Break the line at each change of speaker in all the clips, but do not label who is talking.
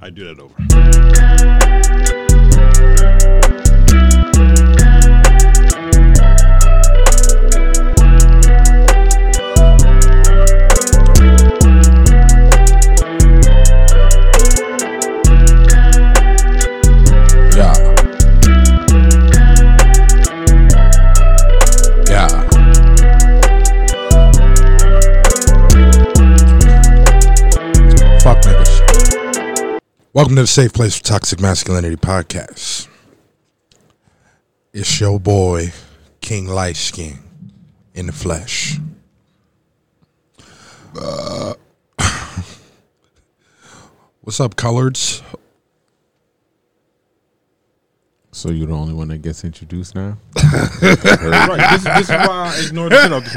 I do that over.
Yeah. Yeah. Fuck niggas. Welcome to the Safe Place for Toxic Masculinity Podcast. It's your boy, King Light Skin, in the flesh. What's up, coloreds?
So you're the only one that gets introduced now.
right. This, this is why I ignore the shit out this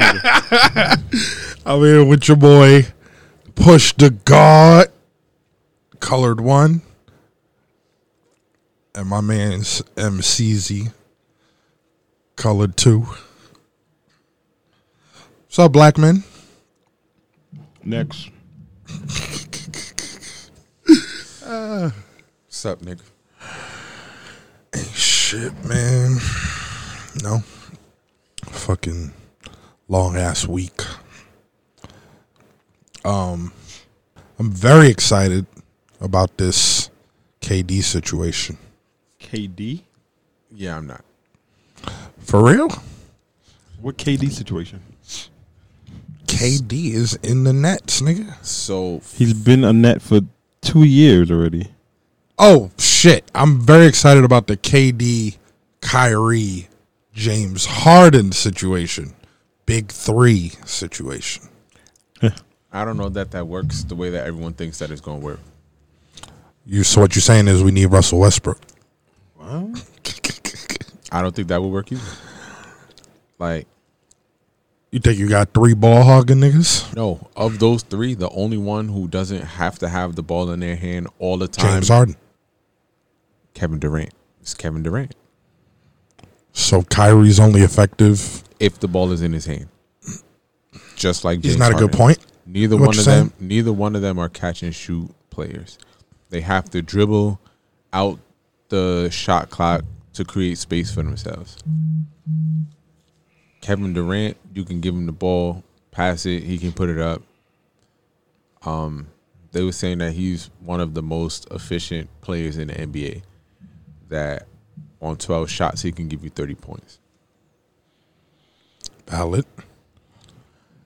nigga.
I'm here with your boy, Push the God, Colored One, and my man's MCZ, Colored Two. What's up, black men?
Next.
What's up, nigga?
Shit, man. No. Fucking long ass week. Um I'm very excited about this KD situation.
KD?
Yeah, I'm not.
For real?
What KD situation?
KD is in the Nets, nigga.
So
He's been a net for two years already.
Oh shit! I'm very excited about the KD, Kyrie, James Harden situation, big three situation.
I don't know that that works the way that everyone thinks that it's gonna work.
You so what you're saying is we need Russell Westbrook.
Wow.
I don't think that would work either. Like,
You think you got three ball hogging niggas?
no, of those three, the only one who doesn't have to have the ball in their hand all the time,
James Harden.
Kevin Durant. It's Kevin Durant.
So Kyrie's only effective.
If the ball is in his hand, just like
He's
James
not a good
Harden.
point.
Neither
You know
one
what
of
you're
them, neither one of them are catch and shoot players. They have to dribble out the shot clock to create space for themselves. Kevin Durant, you can give him the ball, pass it, he can put it up. Um, they were saying that he's one of the most efficient players in the NBA. That on twelve shots, he can give you thirty points.
Valid.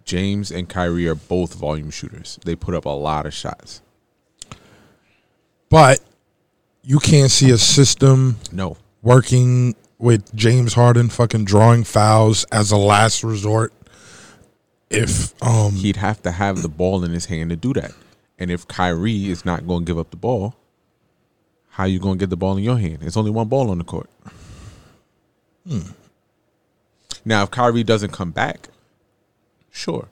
James and Kyrie are both volume shooters. They put up a lot of shots.
But you can't see a system
No,
working with James Harden fucking drawing fouls as a last resort. If um
he'd have to have the ball in his hand to do that. And if Kyrie is not going to give up the ball, how you going to get the ball in your hand? It's only one ball on the court. Hmm. Now, if Kyrie doesn't come back, sure.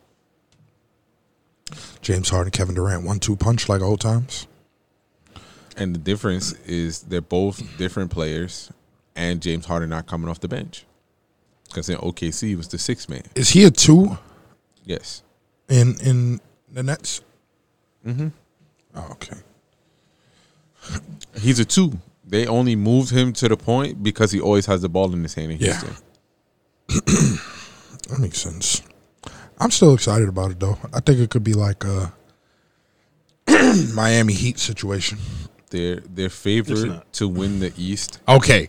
James Harden, Kevin Durant, one two punch like old times.
And the difference is they're both different players, and James Harden not coming off the bench. Because in OKC, it was the sixth man.
Is he a two
Yes.
in in the Nets? Mm-hmm. Oh, okay.
He's a two. They only moved him to the point because he always has the ball in his hand in
Yeah.
Houston.
That makes sense. I'm still excited about it though. I think it could be like a Miami Heat situation.
They're they're favored
not.
to win the East.
Okay.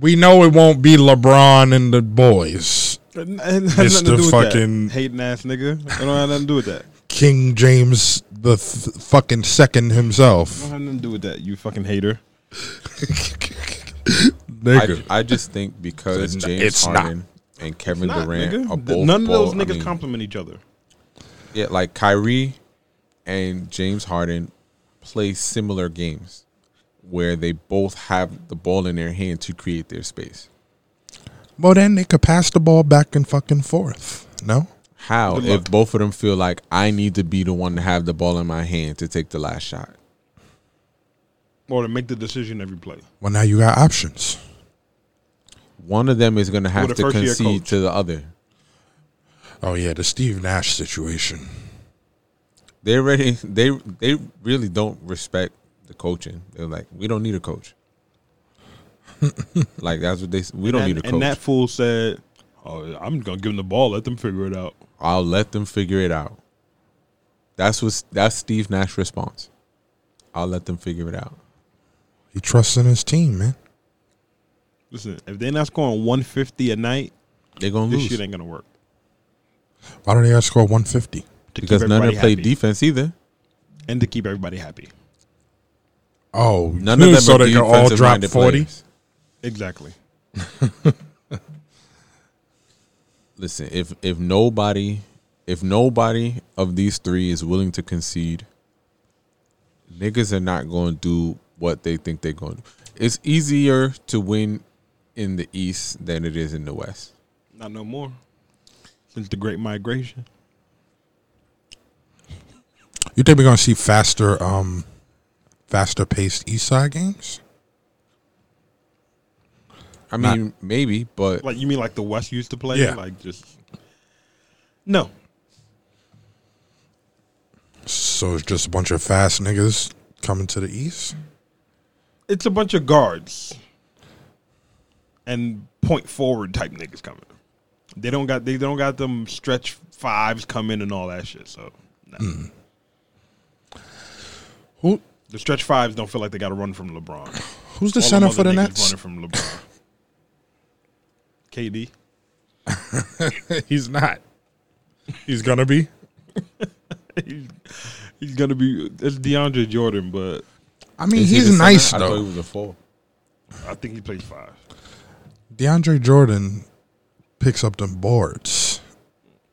We know it won't be LeBron and the boys.
It's
Mr. fucking-
hating ass nigga. I don't have nothing to do with that.
King James the th- fucking second
I don't
himself.
have nothing to do with that. You fucking hater.
Nigga.
I, I just think
It's
because
not-
James
it's not.
Harden and Kevin
Not,
Durant
nigga.
are
Th-
both
None of those
ball- I
niggas
mean,
compliment each other.
yeah, like Kyrie and James Harden play similar games where they both have the ball in their hand to create their space.
Well, then they could pass the ball back and fucking forth. No?
How
Good
if
luck.
both of them feel like I need to be the one to have the ball in my hand to take the last shot?
Or to make the decision every play.
Well, now you got options.
One of them is going to have
the
to
first-year
concede
coach.
to the other.
Oh yeah, the Steve Nash situation
They already they they really don't respect the coaching. They're like, we don't need a coach. like that's what they s- we don't
and,
need a
and
coach.
that fool said, "Oh, I'm gonna give him the ball. Let them figure it out."
I'll let them figure it out. That's what that's Steve Nash's response. I'll let them figure it out.
He trusts in his team, man.
Listen, if they're not scoring 150 a night,
They're gonna
this
lose
shit ain't gonna work.
Why don't they guys score 150?
To
because
keep
none of them
everybody
play
happy.
defense either.
and to keep everybody happy.
Oh,
None of them
so
are
they can all drop 40.
Exactly.
Listen, if if nobody if nobody of these three is willing to concede, niggas are not going to do what they think they're going to. do. It's easier to win in the East than it is in the West.
Not no more. Since the Great Migration,
You think we're going to see faster, um, faster paced East Side games?
I mean, maybe, but
like you mean like the West used to play,
Yeah.
like just no.
So it's just a bunch of fast niggas coming to the East?
It's a bunch of guards and point forward type niggas coming. They don't got they don't got them stretch fives coming and all that shit. So nah.
Hmm. Who
the stretch fives don't feel like they got to run from LeBron.
Who's the
All
center
them
for the
other niggas
Nets?
Running from LeBron. KD.
He's not. He's going to be?
He's, he's gonna be it's DeAndre Jordan, but
I mean,
Is he the
he's
center?
nice,
I thought he
though.
was a four.
I think he plays five.
DeAndre Jordan picks up them boards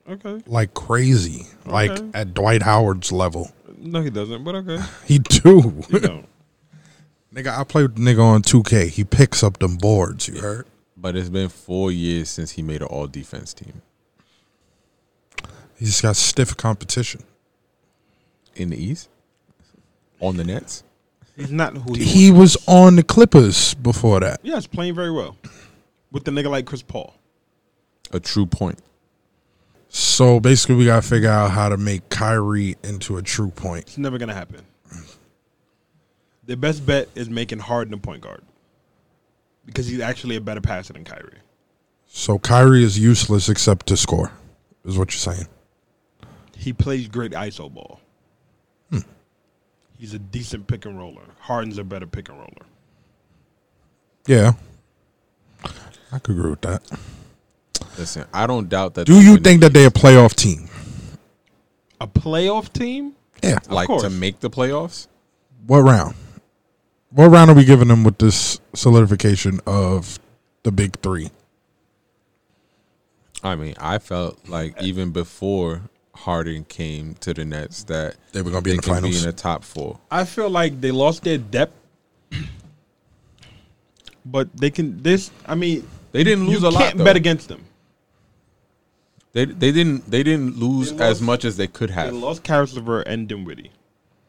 Okay,
like crazy, like
Okay.
at Dwight Howard's level.
no, he doesn't, but okay,
He do.
he don't.
Nigga, I play with the nigga on 2K. He picks up them boards, you heard?
But it's been four years since he made an all defense team
He's got stiff competition.
in the East on the Nets.
He's not who he.
He was on the Clippers before that.
yes, playing very well with the nigga like Chris Paul.
A true point.
So basically, we got to figure out how to make Kyrie into a true point.
It's never gonna happen. The best bet is making Harden a point guard because he's actually a better passer than Kyrie.
So Kyrie is useless except to score, is what you're saying.
He plays great ISO ball.
Hmm.
He's a decent pick and roller. Harden's a better pick and roller.
Yeah. I could agree with that.
Listen, I don't doubt that.
Do
they
you
win
think that they're a playoff team?
A playoff team?
Yeah.
like to
course.
make the playoffs?
What round? What round are we giving them with this solidification of the big three?
I mean, I felt like even before Harden came to the Nets that
They were gonna be in the
can
finals.
in the top four.
I feel like they lost their depth, but they can. This, I mean,
They didn't lose
you
a lot.
can't
though.
bet against them.
They they didn't they didn't lose
They
as
lost-
much as they could have.
They lost Karis LeVert and Dinwiddie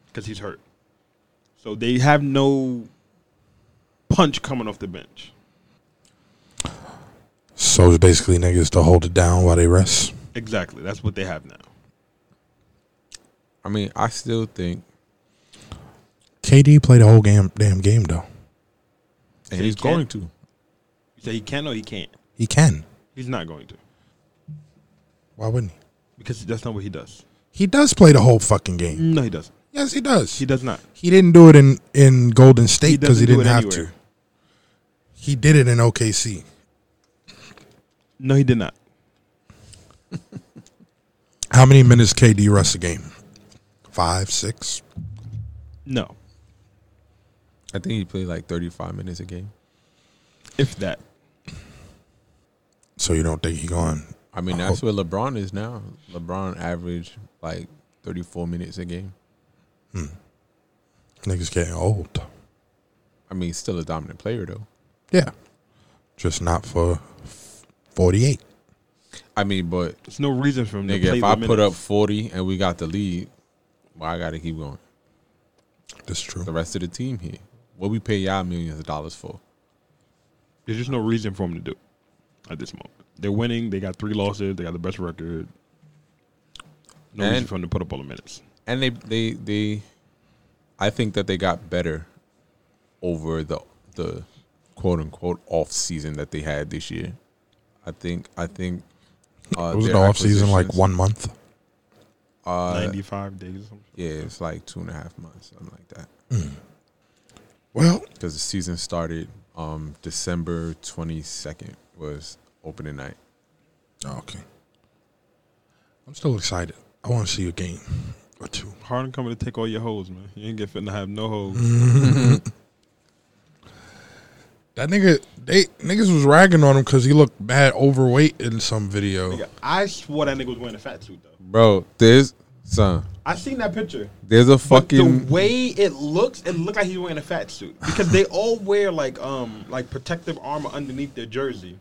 because he's hurt, so they have no punch coming off the bench.
So it's basically niggas to hold it down while they rest.
Exactly, that's what they have now.
I mean, I still think,
KD played the whole game, damn game though.
and
They
he's
can't-
going to.
You say he can or he can't.
He can.
He's not going to
Why wouldn't he?
because that's not what he does.
He does play the whole fucking game.
No, he doesn't.
Yes, he does.
He does not.
He didn't do it in in Golden State because he,
doesn't do
didn't
it
have
anywhere.
to. He did it in OKC.
No, he did not.
How many minutes KD rest a game? Five, six.
No,
I think he played like thirty five minutes a game.
if that.
So you don't think he going?
I mean, that's
Oh.
where LeBron is now. LeBron averaged like thirty four minutes a game.
Niggas getting old.
I mean, he's still a dominant player though.
Yeah, just not for forty eight.
I mean, but
There's no reason for him to
nigga,
play
if
the
I put up
minutes.
forty and we got the lead, well, I gotta keep going.
That's true.
The rest of the team here, what we pay y'all millions of dollars for?
There's just no reason for him to do it at this moment. They're winning. They got three losses. They got the best record. No reason
And-
for him to put up all the minutes.
and they they they, I think that they got better over the the quote unquote off season that they had this year. I think I think uh,
It was
their
the off season like
acquisitions-
one month.
Uh,
95 days or something.
yeah, it's like two and a half months, something like that.
Well,
Because the season started um December twenty second was opening night.
Oh, okay. I'm still excited. I want to see a game or two.
Harden coming to take all your hoes, man. You ain't get finna have no hoes.
That nigga, they niggas was ragging on him because he looked bad overweight in some video.
Nigga, I swore that nigga was wearing a fat suit though.
Bro, there's son,
I seen that picture.
there's a
But
fucking
the way it looks, it looked like he was wearing a fat suit because they all wear like um like protective armor underneath their jersey.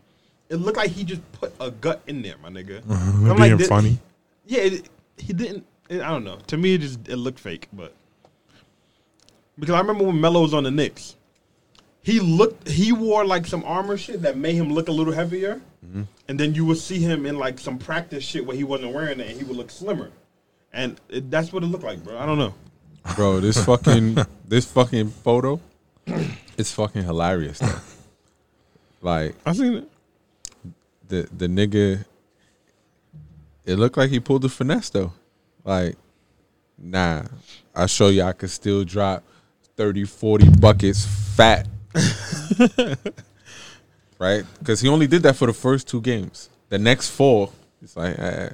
It looked like he just put a gut in there, my nigga. I'm like,
Uh-huh. being
did-
funny.
Yeah, it, he didn't. It, I don't know. To me, it just it looked fake, but because I remember when Melo was on the Knicks, he looked he wore like some armor shit that made him look a little heavier,
Mm-hmm.
and then you would see him in like some practice shit where he wasn't wearing it, and he would look slimmer, and it, that's what it looked like, bro. I don't know.
Bro, this fucking this fucking photo, it's fucking hilarious. Though. Like
I seen it.
the the nigga, it looked like he pulled the finesse though. Like, nah, I show you I could still drop 30, 40 buckets fat. right? Because he only did that for the first two games. The next four, it's like, eh.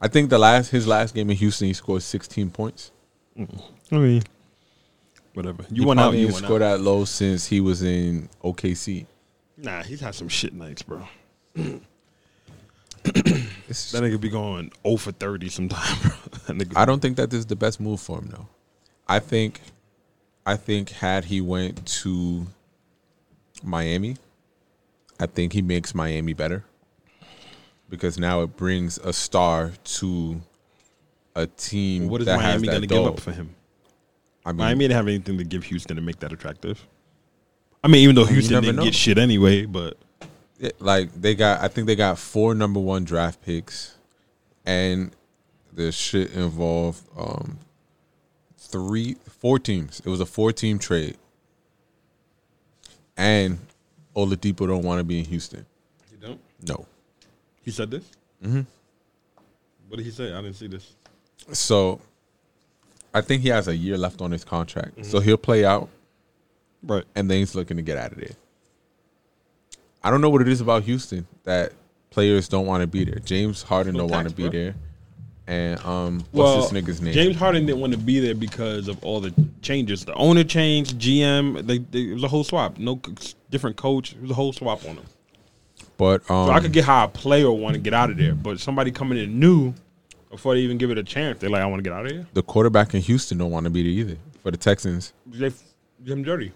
I think the last his last game in Houston, he scored sixteen points.
I mean, whatever. You
He
won out.
probably
You
ain't
won
scored
out.
that low since he was in OKC.
Nah, he's had some shit nights, bro.
It's-
That nigga be going 0 for 30 sometime, bro. That nigga.
I don't think that this is the best move for him, though. I think, I think had he went to Miami, I think he makes Miami better because now it brings a star to a team.
what is
that
Miami
going
gonna
to
give up for him?
I mean,
Miami didn't have anything to give Houston to make that attractive. I mean, even though Houston
never
didn't
know.
get shit anyway, but
Yeah, like they got I think they got four number one draft picks and the shit involved um three four teams. It was a four team trade. And Oladipo don't want to be in Houston.
you don't.
No.
He said this. Mm-hmm. What did he say? I didn't see this.
So I think he has a year left on his contract. So he'll play out
Right.
and then he's looking to get out of there. I don't know what it is about Houston that players don't want to be there. James Harden
Low
don't want to
tax,
be
bro.
there, and um,
Well,
what's this nigga's name?
James Harden didn't want to be there because of all the changes. The owner changed, GM. They, they it was a whole swap. No c- different coach. It was a whole swap on him.
but um,
So I could get how a player want to get out of there, but somebody coming in new before they even give it a chance, they're like, I want to get out of here.
the quarterback in Houston don't want to be there either. For the Texans,
They f- him dirty.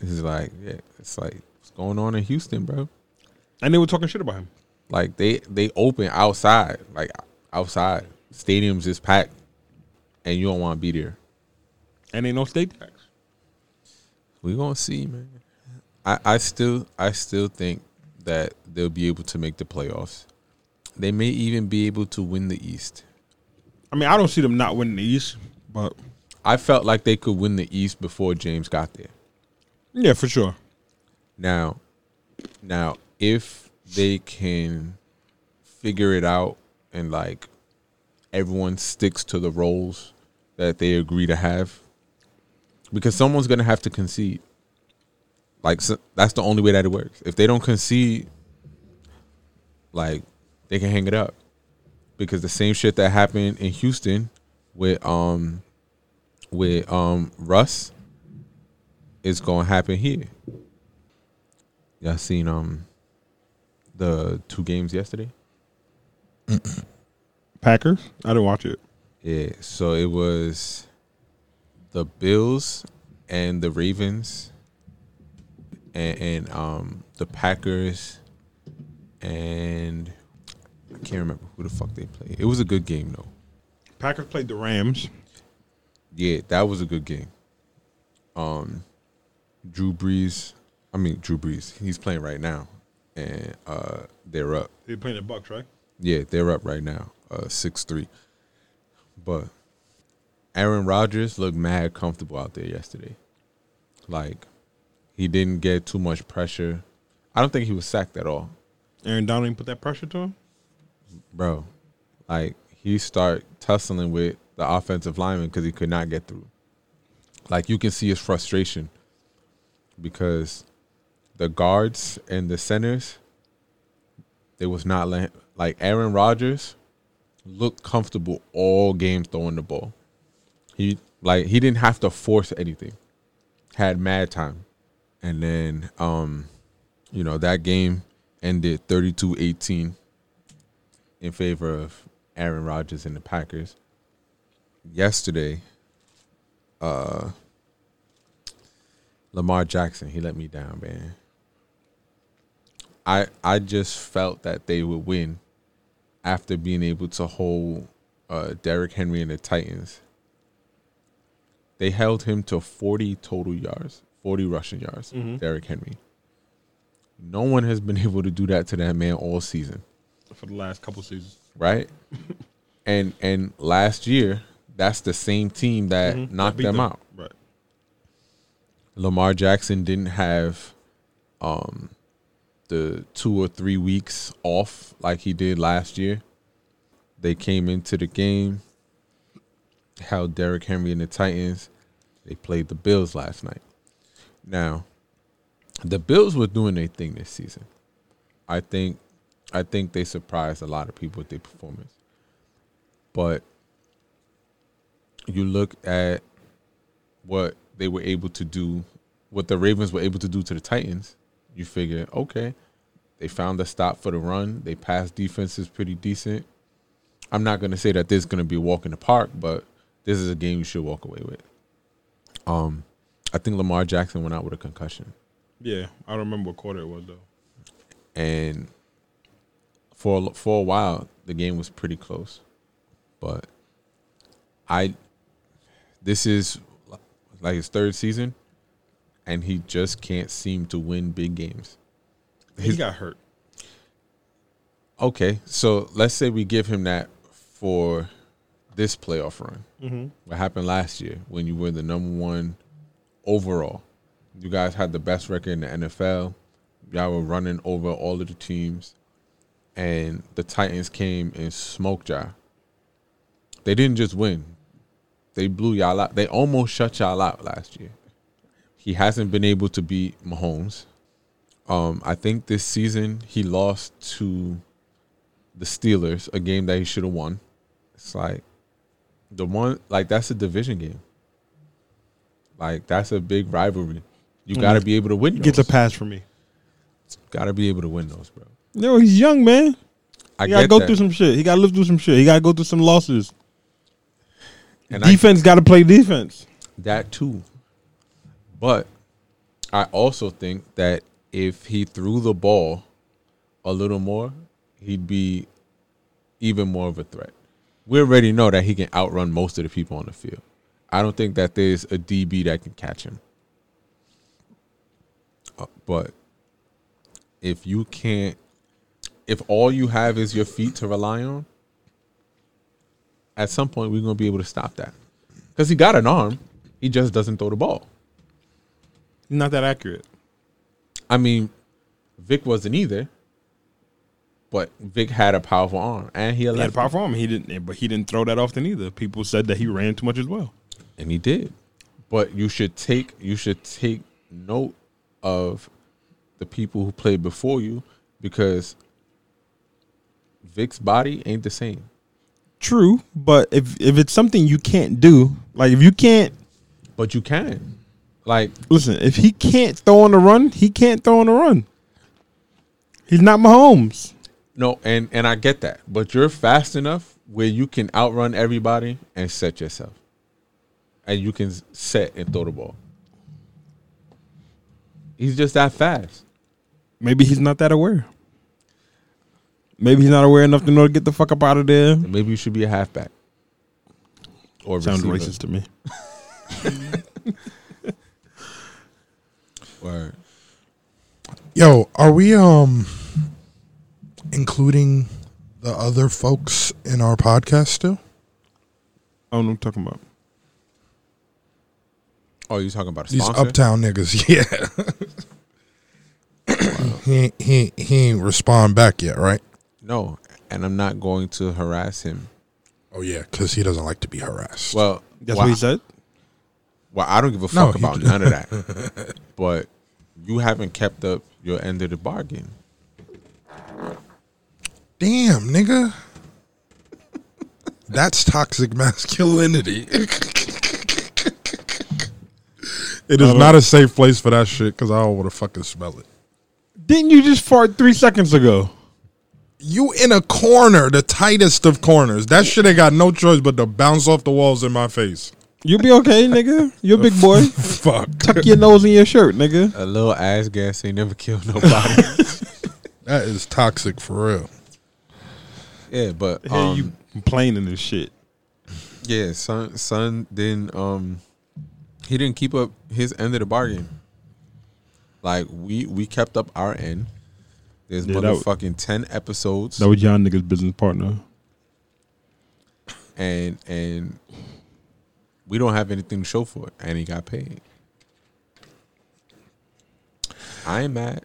he's like, yeah, it's like what's going on in Houston, bro?
And they were talking shit about him.
Like they they open outside, like outside stadiums is packed, and you don't want to be there.
And they no state tax.
We gonna see, man. I, I still I still think that they'll be able to make the playoffs. They may even be able to win the East.
I mean, I don't see them not winning the East, but
I felt like they could win the East before James got there.
yeah, for sure.
Now, now if they can figure it out and like everyone sticks to the roles that they agree to have, because someone's gonna have to concede. Like so, that's the only way that it works. If they don't concede, like they can hang it up, because the same shit that happened in Houston with um with um Russ is gonna happen here. Y'all seen um the two games yesterday?
Packers? I didn't watch it.
Yeah. So it was the Bills and the Ravens and, and um the Packers and I can't remember who the fuck they played. It was a good game though.
Packers played the Rams.
Yeah, that was a good game. Um, Drew Brees, I mean Drew Brees, he's playing right now, and uh, they're up.
They playing the Bucks, right?
Yeah, they're up right now, uh, six three. But Aaron Rodgers looked mad comfortable out there yesterday. Like he didn't get too much pressure. I don't think he was sacked at all,
Aaron Donald didn't put that pressure to him.
bro. Like he start tussling with the offensive lineman because he could not get through. Like you can see his frustration because the guards and the centers they was not let, like Aaron Rodgers looked comfortable all game throwing the ball. He like he didn't have to force anything. Had mad time. And then um you know that game ended 32-18 in favor of Aaron Rodgers and the Packers. Yesterday uh Lamar Jackson, he let me down, man. I I just felt that they would win after being able to hold uh, Derrick Henry and the Titans. They held him to 40 total yards, 40 rushing yards, Derrick Henry. No one has been able to do that to that man all season
For the last couple seasons,
right? and and last year, that's the same team Mm-hmm. that knocked
Mm-hmm. Beat
them out.
Right.
Lamar Jackson didn't have um the two or three weeks off like he did last year. They came into the game, held Derrick Henry and the Titans. They played the Bills last night. Now, the Bills were doing their thing this season. I think I think they surprised a lot of people with their performance. But you look at what they were able to do, what the Ravens were able to do to the Titans, you figure, okay, they found a stop for the run. They passed defenses pretty decent. I'm not going to say that this is going to be a walk in the park, but this is a game you should walk away with. Um, I think Lamar Jackson went out with a concussion.
Yeah, I don't remember what quarter it was though.
and for a- for a while the game was pretty close, but I this is like his third season, and he just can't seem to win big games.
He got hurt.
Okay, so let's say we give him that for this playoff run.
Mm-hmm.
What happened last year when you were the number one overall? You guys had the best record in the NFL. Y'all were running over all of the teams, and the Titans came and smoked y'all. They didn't just win; they blew y'all out. They almost shut y'all out last year. He hasn't been able to beat Mahomes. Um, I think this season he lost to the Steelers, a game that he should have won. It's like the one like that's a division game. Like that's a big rivalry. You
Mm.
got to be able to win.
Gets a
those.
pass from me.
Got to be able to win those, bro.
No, he's young, man.
I
He gotta
get
go
that.
through some shit. He gotta live through some shit. He gotta go through some losses.
And I-
defense gotta play defense.
that too. But I also think that if he threw the ball a little more, he'd be even more of a threat. We already know that he can outrun most of the people on the field. I don't think that there's a DB that can catch him. Uh, but if you can't, if all you have is your feet to rely on, at some point we're going to be able to stop that. Because he got an arm, he just doesn't throw the ball.
He's not that accurate.
I mean, Vic wasn't either, but Vic had a powerful arm, and he,
He had a
allowed
powerful arm. He didn't, but he didn't throw that often either. People said that he ran too much as well.
and he did. But you should take you should take note of the people who played before you because Vic's body ain't the same.
True, but if if it's something you can't do, like if you can't
But you can, like,
listen, if he can't throw on the run, he can't throw on the run. He's not Mahomes.
no, and and I get that. But you're fast enough where you can outrun everybody and set yourself, and you can set and throw the ball. He's just that fast.
Maybe he's not that aware. Maybe he's not aware enough to know to get the fuck up out of there.
Maybe you should be a halfback. Or
Sounds
receiver.
racist to me.
Or
Yo, are we um including the other folks in our podcast still?
I don't know what I'm talking about.
Oh, you talking about a
These
sponsor?
uptown niggas, yeah. he, ain't- he ain't- he ain't respond back yet, right?
no, and I'm not going to harass him.
Oh yeah, because he doesn't like to be harassed.
Well,
That's
why-
what he said.
Well, I don't give a
No,
fuck
he
about
did.
none of that. but you haven't kept up your end of the bargain.
Damn, nigga, that's toxic masculinity. it is not a safe place for that shit because I don't want to fucking smell it.
Didn't you just fart three seconds ago?
You in a corner, the tightest of corners. That shit ain't got no choice but to bounce off the walls in my face.
You'll be okay, nigga. You're a big boy.
Fuck.
Tuck your nose in your shirt, nigga.
A little ass gas ain't never killed nobody.
That is toxic for real.
yeah, but
Hear
um,
you complaining and shit.
yeah, son, son didn't um, he didn't keep up his end of the bargain. Like we we kept up our end. There's
Yeah, that w-
motherfucking ten episodes.
That was y'all niggas' business partner.
and and we don't have anything to show for it, and he got paid. I ain't mad.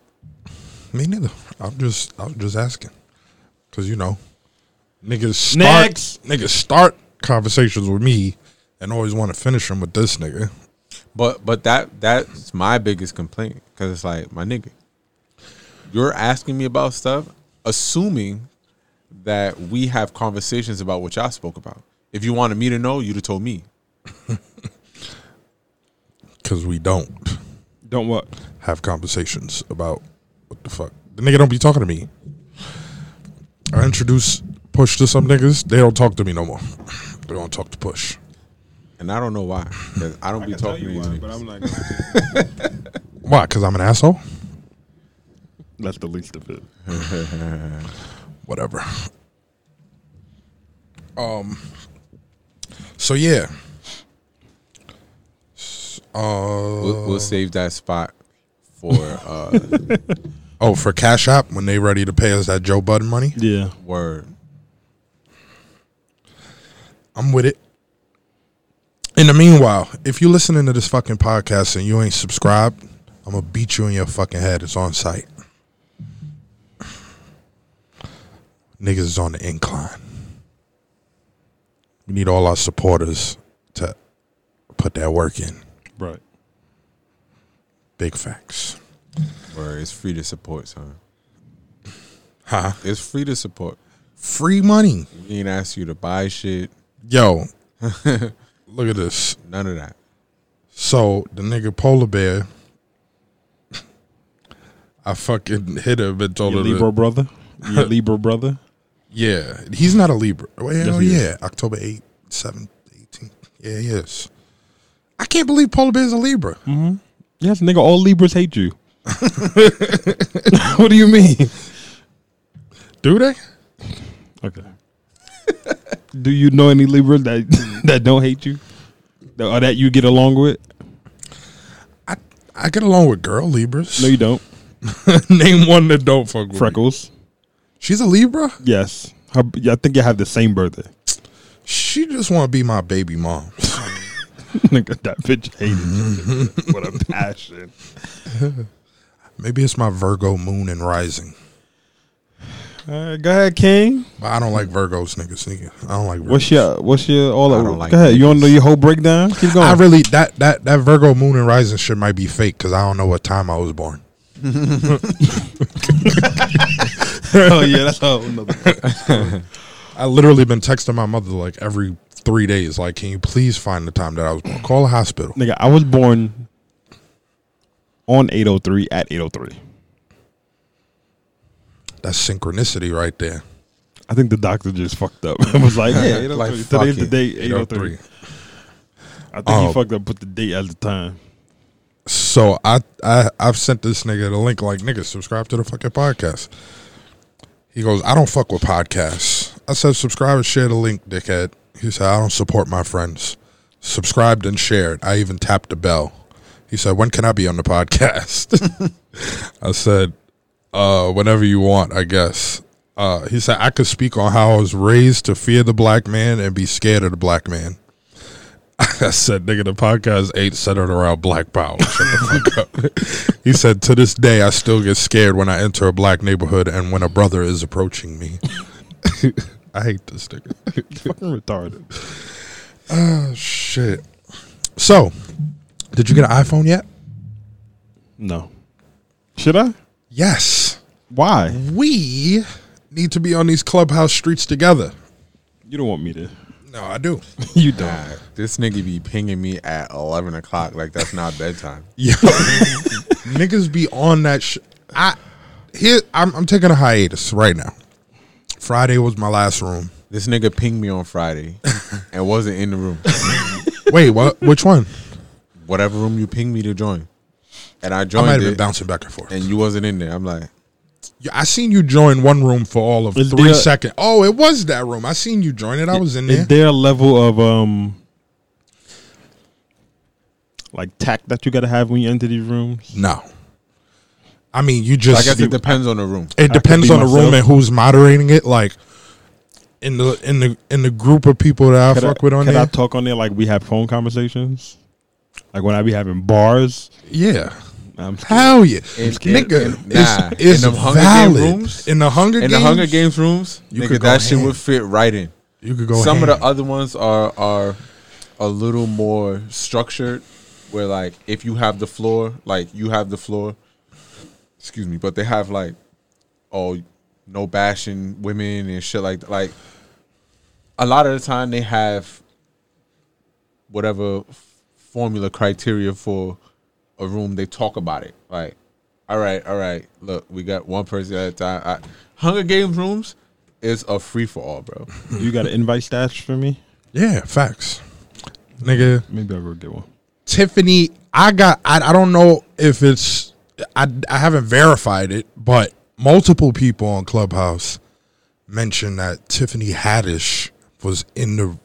Me neither. I'm just I'm just asking. Cause you know, niggas start
Next.
niggas start conversations with me and always want to finish them with this nigga.
But but that that's my biggest complaint because it's like my nigga, you're asking me about stuff, assuming that we have conversations about what y'all spoke about. If you wanted me to know, you'd have told me.
Cause we don't
Don't what?
have conversations about what the fuck. The nigga don't be talking to me. I introduce push to some niggas, they don't talk to me no more. They don't talk to push.
And I don't know why. 'cause I don't be talking to these niggas.
not.
Why? Cause I'm an asshole?
That's the least of it.
whatever. Um. So yeah. S- Uh,
We'll, we'll save that spot for uh,
oh, for Cash App when they ready to pay us that Joe Budden money,
Yeah.
word.
I'm with it. In the meanwhile, if you listening to this fucking podcast and you ain't subscribed, I'm gonna beat you in your fucking head. It's on site. Niggas is on the incline. We need all our supporters to put that work in.
Right.
Big facts.
Word. It's free to support, son.
Huh?
It's free to support.
Free money.
We ain't ask you to buy shit.
Yo, look at this.
None of that.
So the nigga polar bear, I fucking hit him and told
Your
him.
Libra
to-
brother. Your Libra brother.
Yeah, he's not a Libra. Well, hell
he is.
yeah, October 8th, 7th, 18th. Yeah, he is. I can't believe polar bear's a Libra.
Mm. Yes, nigga. All Libras hate you. what do you mean?
Do they?
Okay. do you know any Libras that that don't hate you, That- or that you get along with?
I I get along with girl Libras.
No, you don't.
Name one that don't fuck with me.
Freckles.
She's a Libra.
Yes. Her, I think you have the same birthday.
She just want to be my baby mom.
Nigga, that bitch hated you. what a passion.
Maybe it's my Virgo moon and rising.
All right, go ahead, King.
But I don't like Virgos, niggas. Nigga. I don't like. Virgos.
What's your what's your all?
I
of-
don't like
go ahead. You want to
niggas.
know your whole breakdown? Keep going.
I really that that that Virgo moon and rising shit might be fake because I don't know what time I was born.
oh yeah, that's how.
I literally been texting my mother like every three days, like, can you please find the time that I was born? Call the hospital.
Nigga, I was born on eight oh three at eight oh three.
That's synchronicity right there.
I think the doctor just fucked up. I was like, yeah, 803.
Like, fuck
today's the
it.
date eight oh three.
803.
I think
Oh.
he fucked up. Put the date at the time.
So I I I've sent this nigga the link like nigga subscribe to the fucking podcast. He goes, I don't fuck with podcasts. I said subscribe and share the link, dickhead. He said, I don't support my friends. Subscribed and shared. I even tapped the bell. He said, When can I be on the podcast? I said, uh, whenever you want, I guess. Uh, he said, I could speak on how I was raised to fear the black man and be scared of the black man. I said, nigga, the podcast ain't centered around black power. Shut the fuck up. He said, to this day, I still get scared when I enter a black neighborhood and when a brother is approaching me. I hate this nigga.
Fucking retarded.
Oh, shit. So, did you get an iPhone yet?
No. Should I?
Yes.
Why?
We need to be on these clubhouse streets together.
You don't want me to.
No, I do.
you don't.
This nigga be pinging me at eleven o'clock like that's not bedtime.
Yo, niggas be on that. Sh- I here. I'm, I'm taking a hiatus right now. Friday was my last room.
This nigga pinged me on Friday and wasn't in the room.
Wait, what? Which one?
Whatever room you pinged me to join, and I
I might
joined
have been
it,
bouncing back and forth.
and you wasn't in there. I'm like,
Yeah, I seen you join one room for all of
Is
three
there-
seconds. Oh, it was that room. I seen you join it. I was in there.
Is there a level of um like tact that you gotta have when you enter these rooms?
no, I mean you
I
just.
guess it depends on the room.
it
could
depends
be
on the room
myself.
and who's moderating it. Like in the in the in the group of people that I
Could
fuck
I,
with on
could
there.
I talk on there like we have phone conversations? Like when I be having bars? um,
yeah.
I'm
Hell yeah,
In-
nigga!
in- in- nah,
it's it's
in them Hunger Game
valid.
rooms-
in the Hunger
In
Games,
the Hunger Games rooms,
You
nigga,
could go
that shit
ham.
would fit right in.
you could go.
Some of
ham.
the other ones are are a little more structured, where like if you have the floor, like you have the floor. Excuse me, but they have like, oh, no bashing women and shit like like. A lot of the time they have whatever f- formula criteria for a room. They talk about it like, all right, all right. Look, we got one person at a time. I, Hunger Games rooms is a free for all, bro.
you got an invite stash for me?
yeah, facts, nigga.
Maybe I will get one.
Tiffany, I got. I, I don't know if it's. I I haven't verified it, but multiple people on Clubhouse mentioned that Tiffany Haddish was in the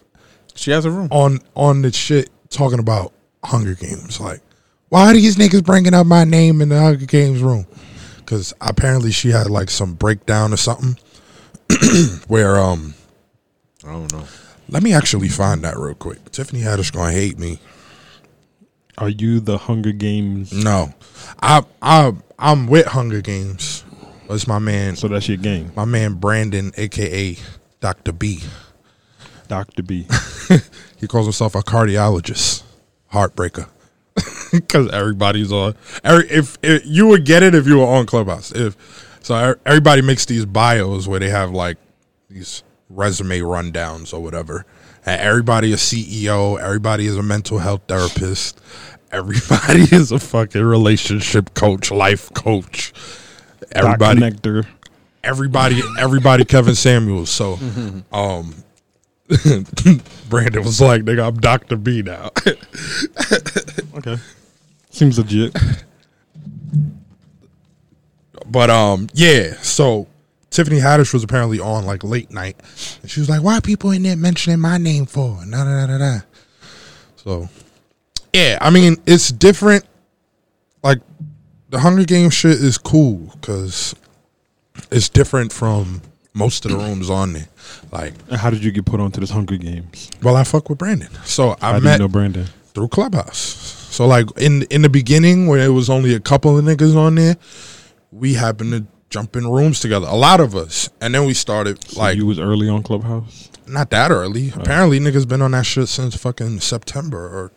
She has a room.
on on the shit talking about Hunger Games. Like, why are these niggas bringing up my name in the Hunger Games room? Because apparently she had like some breakdown or something. where um,
I don't know.
let me actually find that real quick. Tiffany Haddish gonna hate me.
Are you the Hunger Games?
No, I I I'm with Hunger Games. That's my man,
So that's your game,
my man Brandon, aka Doctor B.
Doctor B.
He calls himself a cardiologist, heartbreaker. Because everybody's on. Every, if, if you would get it if you were on Clubhouse. If so, er- everybody makes these bios where they have like these resume rundowns or whatever. And everybody is CEO. Everybody is a mental health therapist. Everybody is a fucking relationship coach, life coach.
Doc
Everybody,
Connector.
everybody, everybody, Kevin Samuels. So, um, Brandon was like, "Nigga, I'm Doctor B now."
Okay, seems legit.
but um, yeah. So Tiffany Haddish was apparently on like late night, and she was like, "Why are people in there mentioning my name for?" Nah, nah, nah, nah, nah. So, yeah. I mean, it's different. Like the Hunger Games shit is cool because it's different from most of the rooms on there. Like,
And how did you get put onto this Hunger Games?
well, I fuck with Brandon, so I
How do you
met
know Brandon?
through Clubhouse. So like in in the beginning where it was only a couple of niggas on there, we happened to jump in rooms together, a lot of us, and then we started
So
like
you was early on Clubhouse.
not that early. Apparently, niggas been on that shit since fucking September or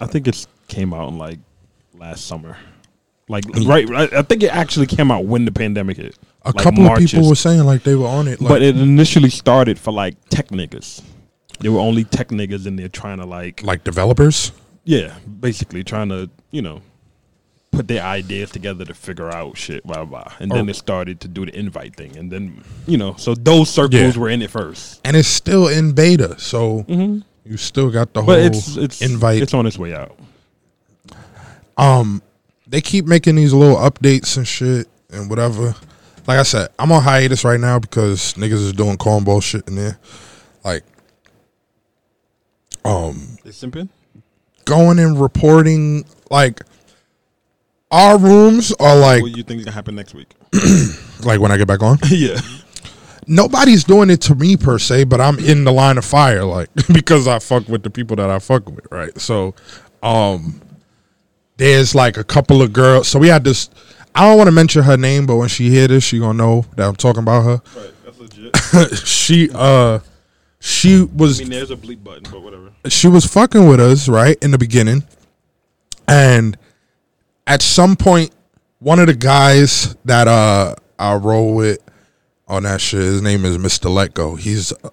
I think it's came out in like last summer. Like right, right, I think it actually came out when the pandemic hit.
a
Like,
couple of
March's-
people were saying like they were on it. Like,
but it initially started for like tech niggas. There were only tech niggas in there trying to like,
like developers.
yeah, basically trying to you know put their ideas together to figure out shit, blah blah. blah. And then
Oh.
it started to do the invite thing, and then you know, so those circles
Yeah.
were in it first.
And it's still in beta, so you still got the
Mm-hmm. But
whole
it's it's
Oh, invite.
It's on its way out.
um they keep making these little updates and shit and whatever. Like I said, I'm on hiatus right now because niggas is doing cornball shit in there. Like um
It's simping.
going and reporting like our rooms are like
What do you think is gonna happen next week?
like when I get back on.
yeah.
nobody's doing it to me per se, but I'm in the line of fire, like because I fuck with the people that I fuck with, right? So, um, there's like a couple of girls. So we had this. I don't want to mention her name, but when she hear this, she gonna know that I'm talking about her.
Right, that's legit.
she uh, she was
I mean, there's a bleep button, but whatever.
she was fucking with us right in the beginning, and at some point, one of the guys that uh I roll with on that shit, his name is Mister Let Go. He's a,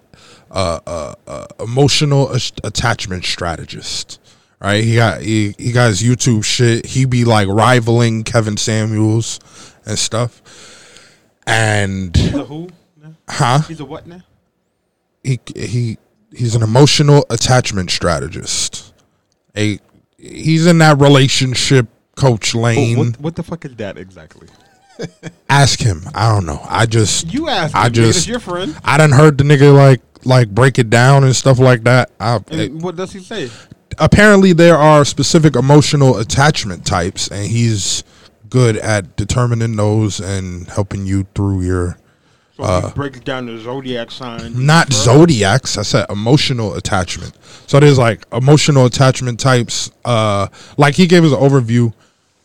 a, a, a emotional as- attachment strategist. Right, he got he, he got his YouTube shit. He be like rivaling Kevin Samuels and stuff. And
He's a who? Now?
huh,
He's a what now?
he he he's an emotional attachment strategist. A he's in that relationship coach lane.
What, what the fuck is that exactly?
Ask him. I don't know. I just
You asked.
I
me, nigga,
just-
it's your friend.
I done heard the nigga like like break it down and stuff like that. I,
And what does he say?
apparently there are specific emotional attachment types, and he's good at determining those and helping you through your
So
Uh,
he breaks down the zodiac sign.
not zodiacs. I said emotional attachment. So there's like emotional attachment types. Uh, like he gave us an overview.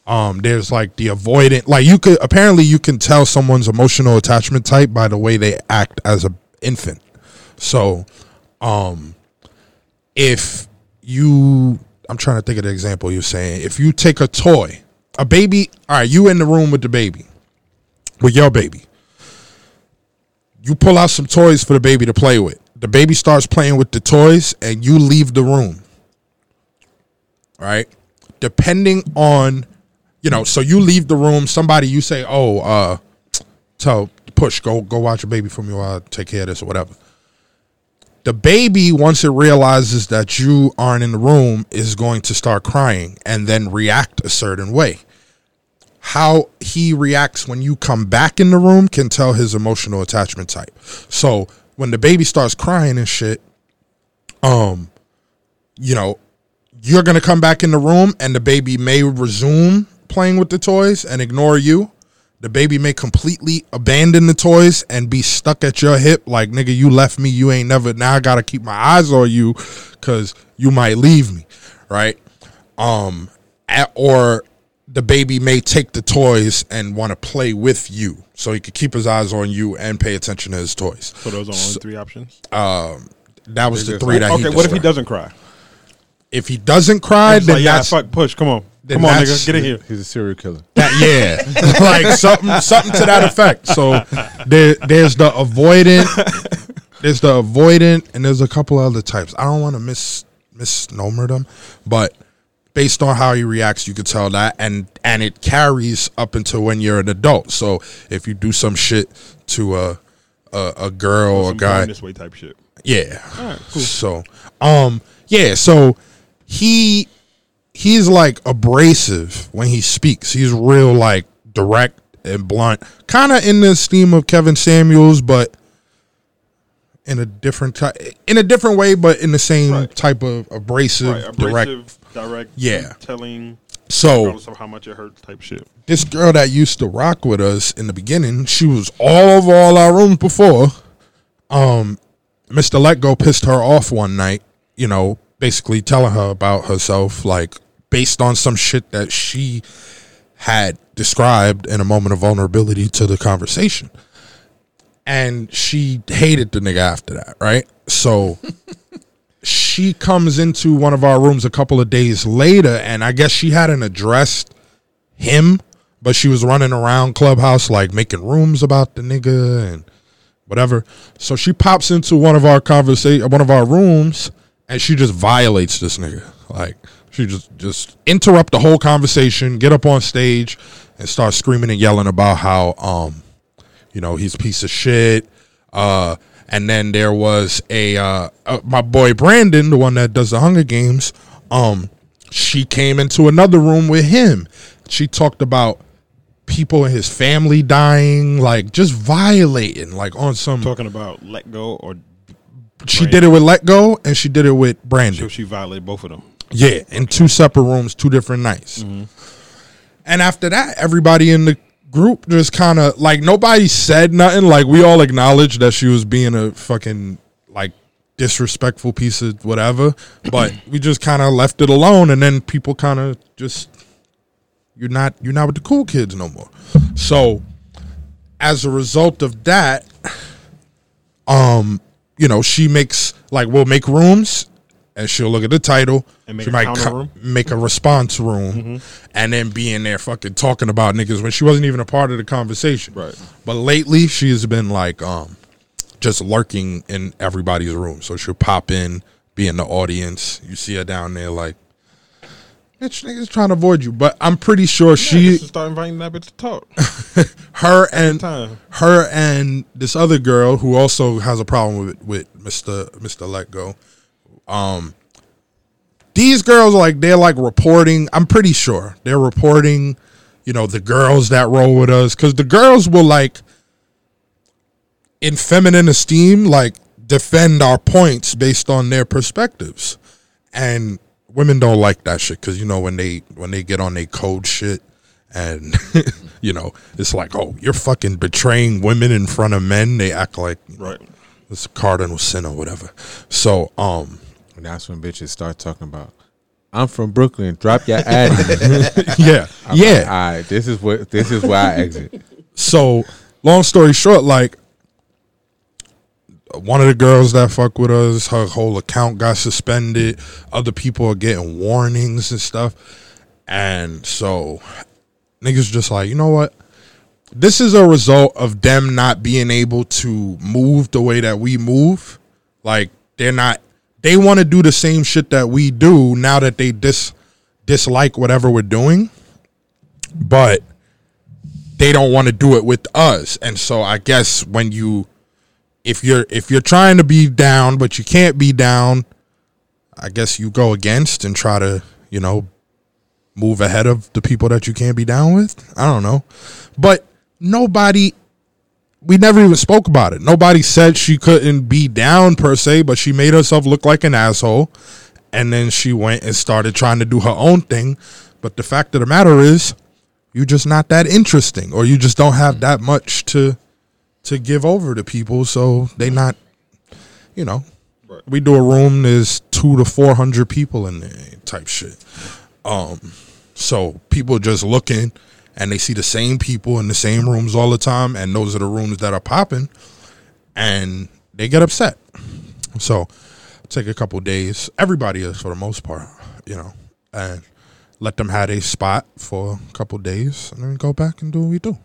Um, there's like the avoidant. Like you could apparently you can tell someone's emotional attachment type by the way they act as a infant. So, um, if you, I'm trying to think of the example you're saying. If you take a toy, a baby. All right, you in the room with the baby, with your baby you pull out some toys for the baby to play with. The baby starts playing with the toys and you leave the room. All right? Depending on, you know, so you leave the room, somebody you say, "Oh, uh tell push go go watch your baby for me while I take care of this or whatever." The baby once it realizes that you aren't in the room is going to start crying and then react a certain way how he reacts when you come back in the room can tell his emotional attachment type. So when the baby starts crying and shit, um, you know, you're gonna come back in the room and the baby may resume playing with the toys and ignore you. The baby may completely abandon the toys and be stuck at your hip, like nigga, you left me. You ain't never. Now I gotta keep my eyes on you, cause you might leave me, right? um at, or the baby may take the toys and want to play with you so he could keep his eyes on you and pay attention to his toys
So those are only three options.
that was the
just
three
like-
that
okay,
he
what if he
does
doesn't cry?
if he doesn't cry
It's
then
like, yeah,
that's
fuck, push, come on,
then
come on,
that's-
nigga, get in here.
He's a serial killer.
that yeah like something something to that effect so there there's the avoidant there's the avoidant and there's a couple other types i don't want to mis misnomer them but based on how he reacts you could tell that and and it carries up until when you're an adult so if you do some shit to a a, a girl or a
I'm
guy
going this way type shit.
yeah.
Alright, cool.
So, um, yeah. So he he's like abrasive when he speaks. He's real like direct and blunt, kind of in the steam of Kevin Samuels, but in a different type, in a different way, but in the same
Right.
type of abrasive,
Right,
direct.
abrasive, direct,
Yeah.
telling,
So
regardless of how much it hurts, type shit.
this girl that used to rock with us in the beginning, she was all over all our rooms before. Um, Mr. Let Go pissed her off one night, you know, basically telling her about herself, like based on some shit that she had described in a moment of vulnerability to the conversation. And she hated the nigga after that, right? So she comes into one of our rooms a couple of days later, and I guess she hadn't addressed him, but she was running around clubhouse like making rooms about the nigga and whatever. So she pops into one of our conversation, one of our rooms, and she just violates this nigga. Like she just just interrupt the whole conversation, get up on stage, and start screaming and yelling about how um, you know, he's a piece of shit. Uh, and then there was a uh, uh, my boy Brandon, the one that does the Hunger Games. Um, she came into another room with him. She talked about people in his family dying, like just violating, like on some.
Talking about let go or
she did it with Let Go, and she did it with Brandon.
so she violated both of them.
Yeah, in two separate rooms, two different nights. And after that, everybody in the group just kind of like nobody said nothing. Like we all acknowledged that she was being a fucking like disrespectful piece of whatever, but we just kind of left it alone. And then people kind of just you're not you're not with the cool kids no more. So as a result of that, um, you know, she makes like we'll make rooms and she'll look at the title.
And make
she
a
might
counter
co-
room? Mm-hmm.
make a response room and then be in there fucking talking about niggas when she wasn't even a part of the conversation.
Right.
But lately she has been like um just lurking in everybody's room. So she'll pop in, be in the audience. You see her down there like Bitch, niggas trying to avoid you, but I'm pretty sure she,
She start inviting that bitch to talk.
her, and
Time.
her and this other girl who also has a problem with with Mr. Mr. Let Go. Um these girls like they're like reporting, I'm pretty sure. They're reporting, you know, the girls that roll with us cuz the girls will like in feminine esteem like defend our points based on their perspectives. And women don't like that shit cuz you know when they when they get on they code shit and you know it's like oh you're fucking betraying women in front of men they act like
Right.
it's a cardinal sin or whatever so um
And that's when bitches start talking about, I'm from Brooklyn. Drop your ad.
yeah
All
yeah
right, this is what this is where I exit.
so long story short like one of the girls that fuck with us her whole account got suspended other people are getting warnings and stuff and so niggas just like you know what this is a result of them not being able to move the way that we move. Like they're not they want to do the same shit that we do now that they dis dislike whatever we're doing. But they don't want to do it with us. And so I guess when you if you're if you're trying to be down but you can't be down, I guess you go against and try to, you know, move ahead of the people that you can't be down with. I don't know. But nobody we never even spoke about it. Nobody said she couldn't be down per se, but she made herself look like an asshole. And then she went and started trying to do her own thing. But the fact of the matter is, you're just not that interesting or you just don't have that much to to give over to people, so they not you know.
Right.
We do a room there's 2 to 400 people in there type shit. Um, So people just looking and they see the same people in the same rooms all the time. And those are the rooms that are popping and they get upset. So take a couple days. Everybody is for the most part, you know, and let them have a spot for a couple days and then go back and do what we do.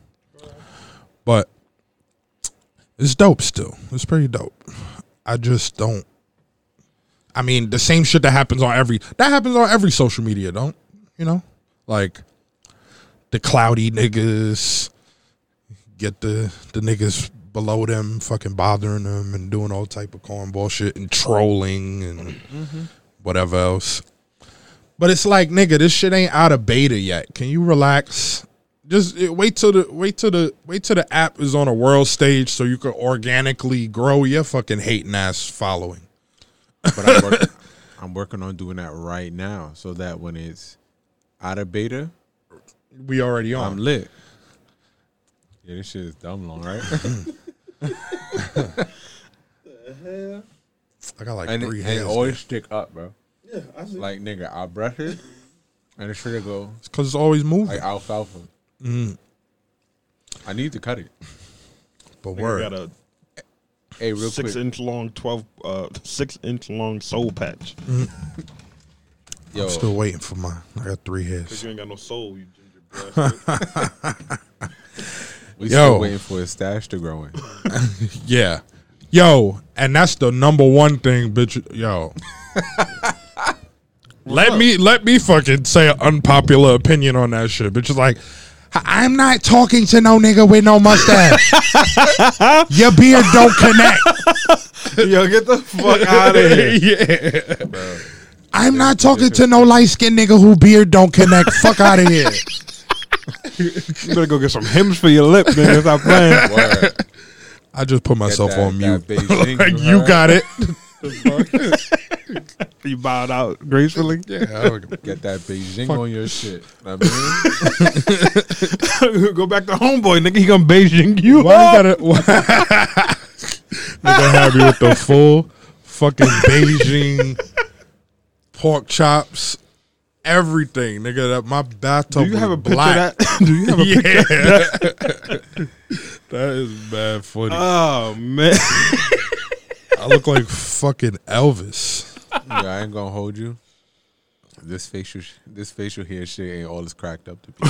But it's dope still. It's pretty dope. I just don't. I mean, the same shit that happens on every that happens on every social media, don't you know? Like the cloudy niggas get the the niggas below them fucking bothering them and doing all type of cornball shit and trolling and whatever else. But it's like, nigga, this shit ain't out of beta yet. Can you relax? Just eh, wait till the wait till the wait till the app is on a world stage so you can organically grow your fucking hating ass following.
But I'm, work, I'm working on doing that right now, so that when it's out of beta,
We already on.
I'm lit. Yeah, this shit is dumb long, right?
I got like
and it,
three
and it
hands.
always stick up, bro.
Yeah, I see.
Like nigga, I brush it, and it should go
It's cause it's always moving.
like alfalfa. Mm. I need to cut it.
but
Nigga
word.
got a
Hey, real
six
quick,
inch long, twelve, uh, six inch long soul patch.
yo,
I'm still waiting for mine. I got three
Cause
hairs.
you ain't got no soul, you ginger breast.
we
Yo.
still waiting for a stash to grow in.
Yeah. Yo, and that's the number one thing, bitch. Yo. let me let me fucking say an unpopular opinion on that shit. Bitch is like, "I- I'm not talking to no nigga with no mustache. Your beard don't connect.
Yo, get the fuck out of here.
yeah. I'm not talking to no light skinned nigga who beard don't connect. Fuck out of here.
You better go get some hymns for your lip, nigga. Stop playing.
Word.
I just put myself
that-
on mute.
that Beijing,
like,
you
you
heard?
got it.
You bowed out gracefully.
Yeah, I don't give a
Get that Beijing
Fuck.
on your shit. I mean,
Go back to homeboy, nigga. He gonna Beijing you.
Why
up.
you gotta? Why? Nigga have you with the full fucking Beijing pork chops, everything, nigga. That my bathtub.
Do you have
was
a picture
black.
of that? Do you have a
yeah,
picture?
that is bad funny.
Oh man.
I look like fucking Elvis.
yeah, I ain't gonna hold you. This facial, sh- this facial hair shit ain't all it's cracked up to be.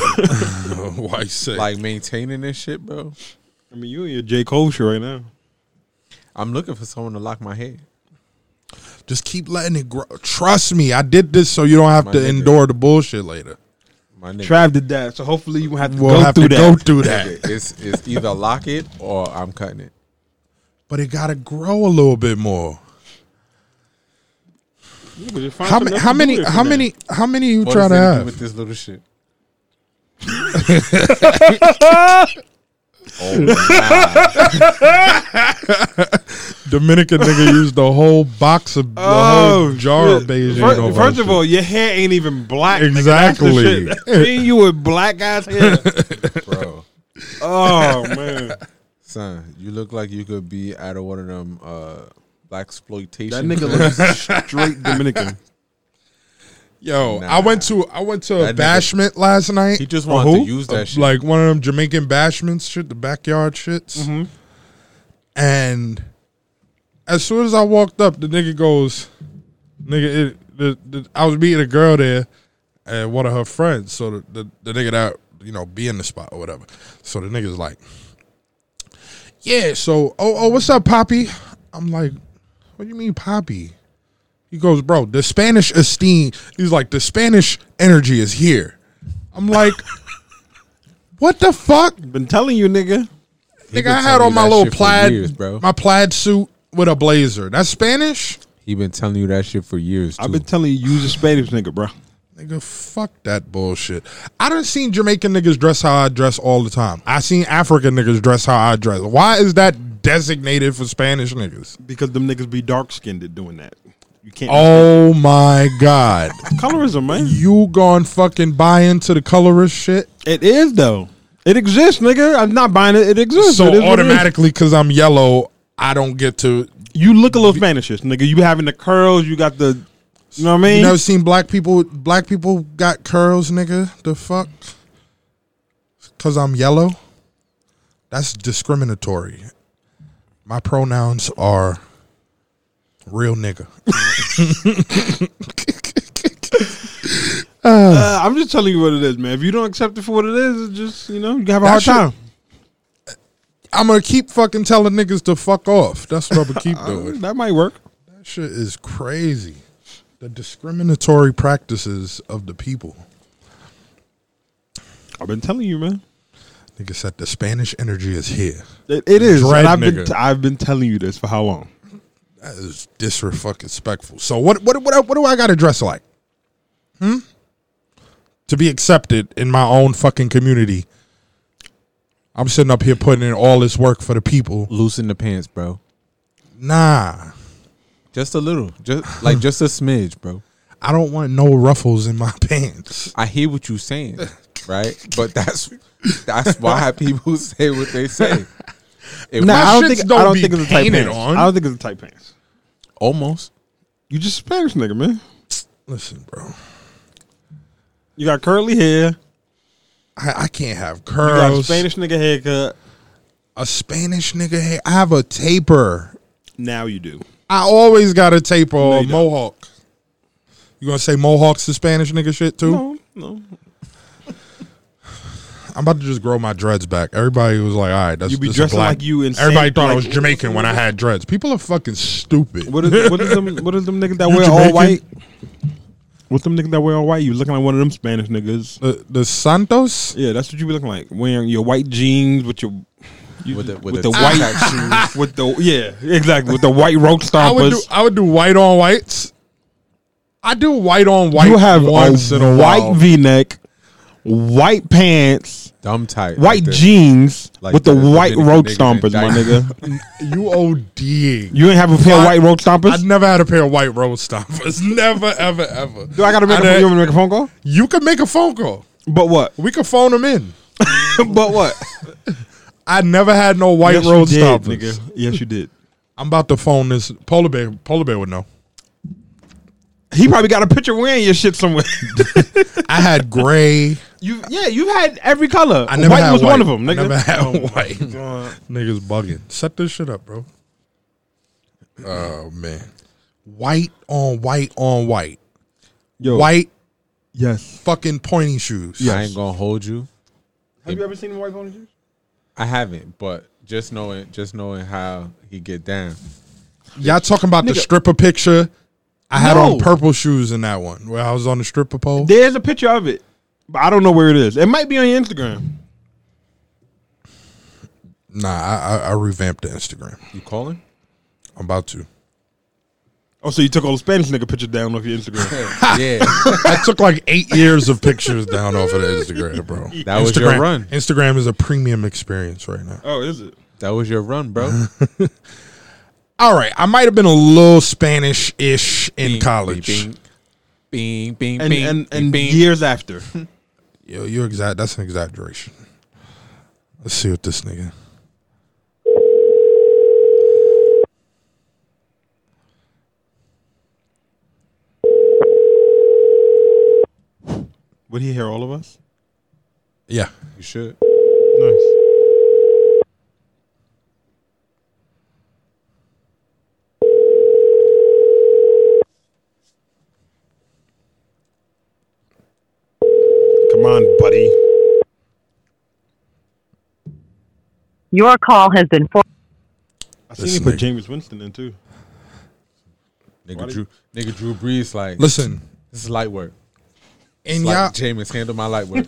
Why you say?
like maintaining this shit, bro.
I mean, you in your J Cole shit right now.
I'm looking for someone to lock my hair.
just keep letting it grow. Trust me, I did this so you don't have
My
to
nigga.
endure the bullshit later.
My nigga,
Trav did that, so hopefully you won't have to
We'll
go
have
through
to
that.
go through that.
Nigga, it's it's either lock it or I'm cutting it.
But it gotta grow a little bit more.
Nigga, just find
How,
something
ma-
else
how
to do
many?
with
How
it, man.
many? How many you
What
try to
does that do
have?
with this little shit?
Oh,
Dominican nigga used the whole box of the whole jar of
Oh, shit.
Beijing.
Fir-
over
First,
that
of all, your hair ain't even black. nigga. That's the
Exactly.
shit. Seeing you with black guys hair.
bro.
oh man,
Son, you look like you could be out of one of them uh black exploitation.
that nigga looks straight Dominican.
shit. yo,
Nah.
I went to I went to a
That nigga-
bashment last night.
He just
A
wanted to
who?
use that
A-
shit.
like one of them Jamaican bashments, shit, the backyard shits. And as soon as I walked up, the nigga goes, "Nigga, it, the, the, I was meeting a girl there, and one of her friends. So the, the the nigga that you know be in the spot or whatever. So the nigga's like, "Yeah, so oh oh, what's up, Poppy?" I'm like, "What do you mean, Poppy?" He goes, bro, the Spanish esteem. He's like, the Spanish energy is here. I'm like, what the fuck?
Been telling you, nigga.
He
Nigga,
been
I had
telling
on
you
my
that
little
shit for
plaid,
years, bro.
my plaid suit with a blazer. That's Spanish,
He been telling you that shit for years. Too.
I've been telling you, use a Spanish nigga, bro.
nigga. Fuck that bullshit. I done seen Jamaican niggas dress how I dress all the time. I seen African niggas dress how I dress. Why is that designated for Spanish niggas?
Because them niggas be dark skinned at doing that. You can't.
Oh my god,
colorism, man.
you gone fucking buy into the colorist shit?
It is though. It exists, nigga. I'm not buying it. It exists. It is
so
what it is.
automatically because I'm yellow, I don't get to.
you look a little Spanishish, nigga. You having the curls. You got the. You know what I mean?
You never seen black people? Black people got curls, nigga. The fuck? Because I'm yellow. That's discriminatory. My pronouns are real nigga.
Uh, I'm just telling you what it is, man. If you don't accept it for what it is, it's just you know you have a
That
hard
shit-
time.
I'm gonna keep fucking telling niggas to fuck off. That's what I'm gonna keep doing.
That might work.
That shit is crazy. The discriminatory practices of the people.
I've been telling you, man.
Nigga said the Spanish energy is here.
It, it is.
Dread
and I've been
nigga.
t- I've been telling you this for how long?
That is disrespectful. So what what what what do I got to dress like? Hmm? To be accepted in my own fucking community. I'm sitting up here putting in all this work for the people.
loosen the pants, bro.
Nah.
Just a little, just like just a smidge, bro.
I don't want no ruffles in my pants.
I hear what you saying, right? But that's that's why people say what they say. If
Nah,
we-
I don't shits don't be painted
pants.
on.
I don't think it's a tight pants.
almost.
You just Spanish nigga, man.
Listen, bro.
You got curly hair.
I, I can't have
You got a
curls.
Spanish nigga haircut.
a Spanish nigga hair. I have a taper.
Now you do.
I always got a taper or a
you don't.
mohawk. You gonna say mohawks to Spanish nigga shit too?
No, no.
I'm about to just grow my dreads back. Everybody was like, "All right, that's
You be
this is
dressing
black."
like you in
Everybody
San-
thought I
like-
was Jamaican when I had dreads. People are fucking stupid.
What is what is them what is them niggas that
You
wear all
Jamaican?
white? What's them niggas that wear all white? You looking like one of them Spanish niggas?
The the Santos?
Yeah, that's what you be looking like. Wearing your white jeans with your you,
With the- with the
the, white shoes with the yeah exactly with the white rope
I would do
stompers.
I would do white on whites. I do white on white.
you have
once
a,
in a
white
while.
V neck white pants,
Dumb tight.
white
like the-
jeans
like
with the,
the
white
Dominican
road
niggas in
stompers, my
Jackson.
nigga.
You ODing.
You ain't have a pair of white road stompers?
I've never had a pair of white road stompers. Never, ever, ever.
Do I gotta make a,
done-
you want me to make a phone call?
You can make a phone call.
But what?
We can phone them in.
but what?
I never had no white
Yes, you
road
did,
stompers.
nigga. Yes, you did.
I'm about to phone this polar bear. Polar bear would know.
He probably got a picture wearing your shit somewhere.
I had gray.
you yeah, you've had every color.
I never
white
had
was
white.
one of them,
I
nigga. Oh
never had white. Niggas bugging. Set this shit up, bro. Oh man, white on white on white.
Yo,
White
Yes.
fucking pointy shoes.
I ain't gonna hold you.
Have you ever seen white pony shoes?
I haven't, but just knowing, just knowing how he get down.
Y'all talking about the
Nigga.
stripper picture? I had
No.
on purple shoes in that one where I was on the stripper pole.
There's a picture of it, but I don't know where it is. It might be on your Instagram.
Nah, I, I, I revamped the Instagram.
You calling?
I'm about to.
Oh, so you took all the Spanish nigga picture down off your Instagram.
yeah.
I took like eight years of pictures down off of the Instagram, bro.
That was your run.
Instagram is a premium experience right now.
oh, is it?
That was your run, bro.
All right, I might have been a little Spanish ish in college.
Bing, bing, bing,
And
bing,
and, and
bing.
years after.
Yo, you exact. That's an exaggeration. Let's see what this nigga.
Would he hear all of us?
Yeah,
You should.
Nice. Come on, buddy.
Your call has been for-
I
This
seen you put
nigga.
James Winston in too.
Nigga
Why do
Drew, nigga Drew Brees, like
listen,
this is light work.
and
like
y'all.
Jameis handle my light work.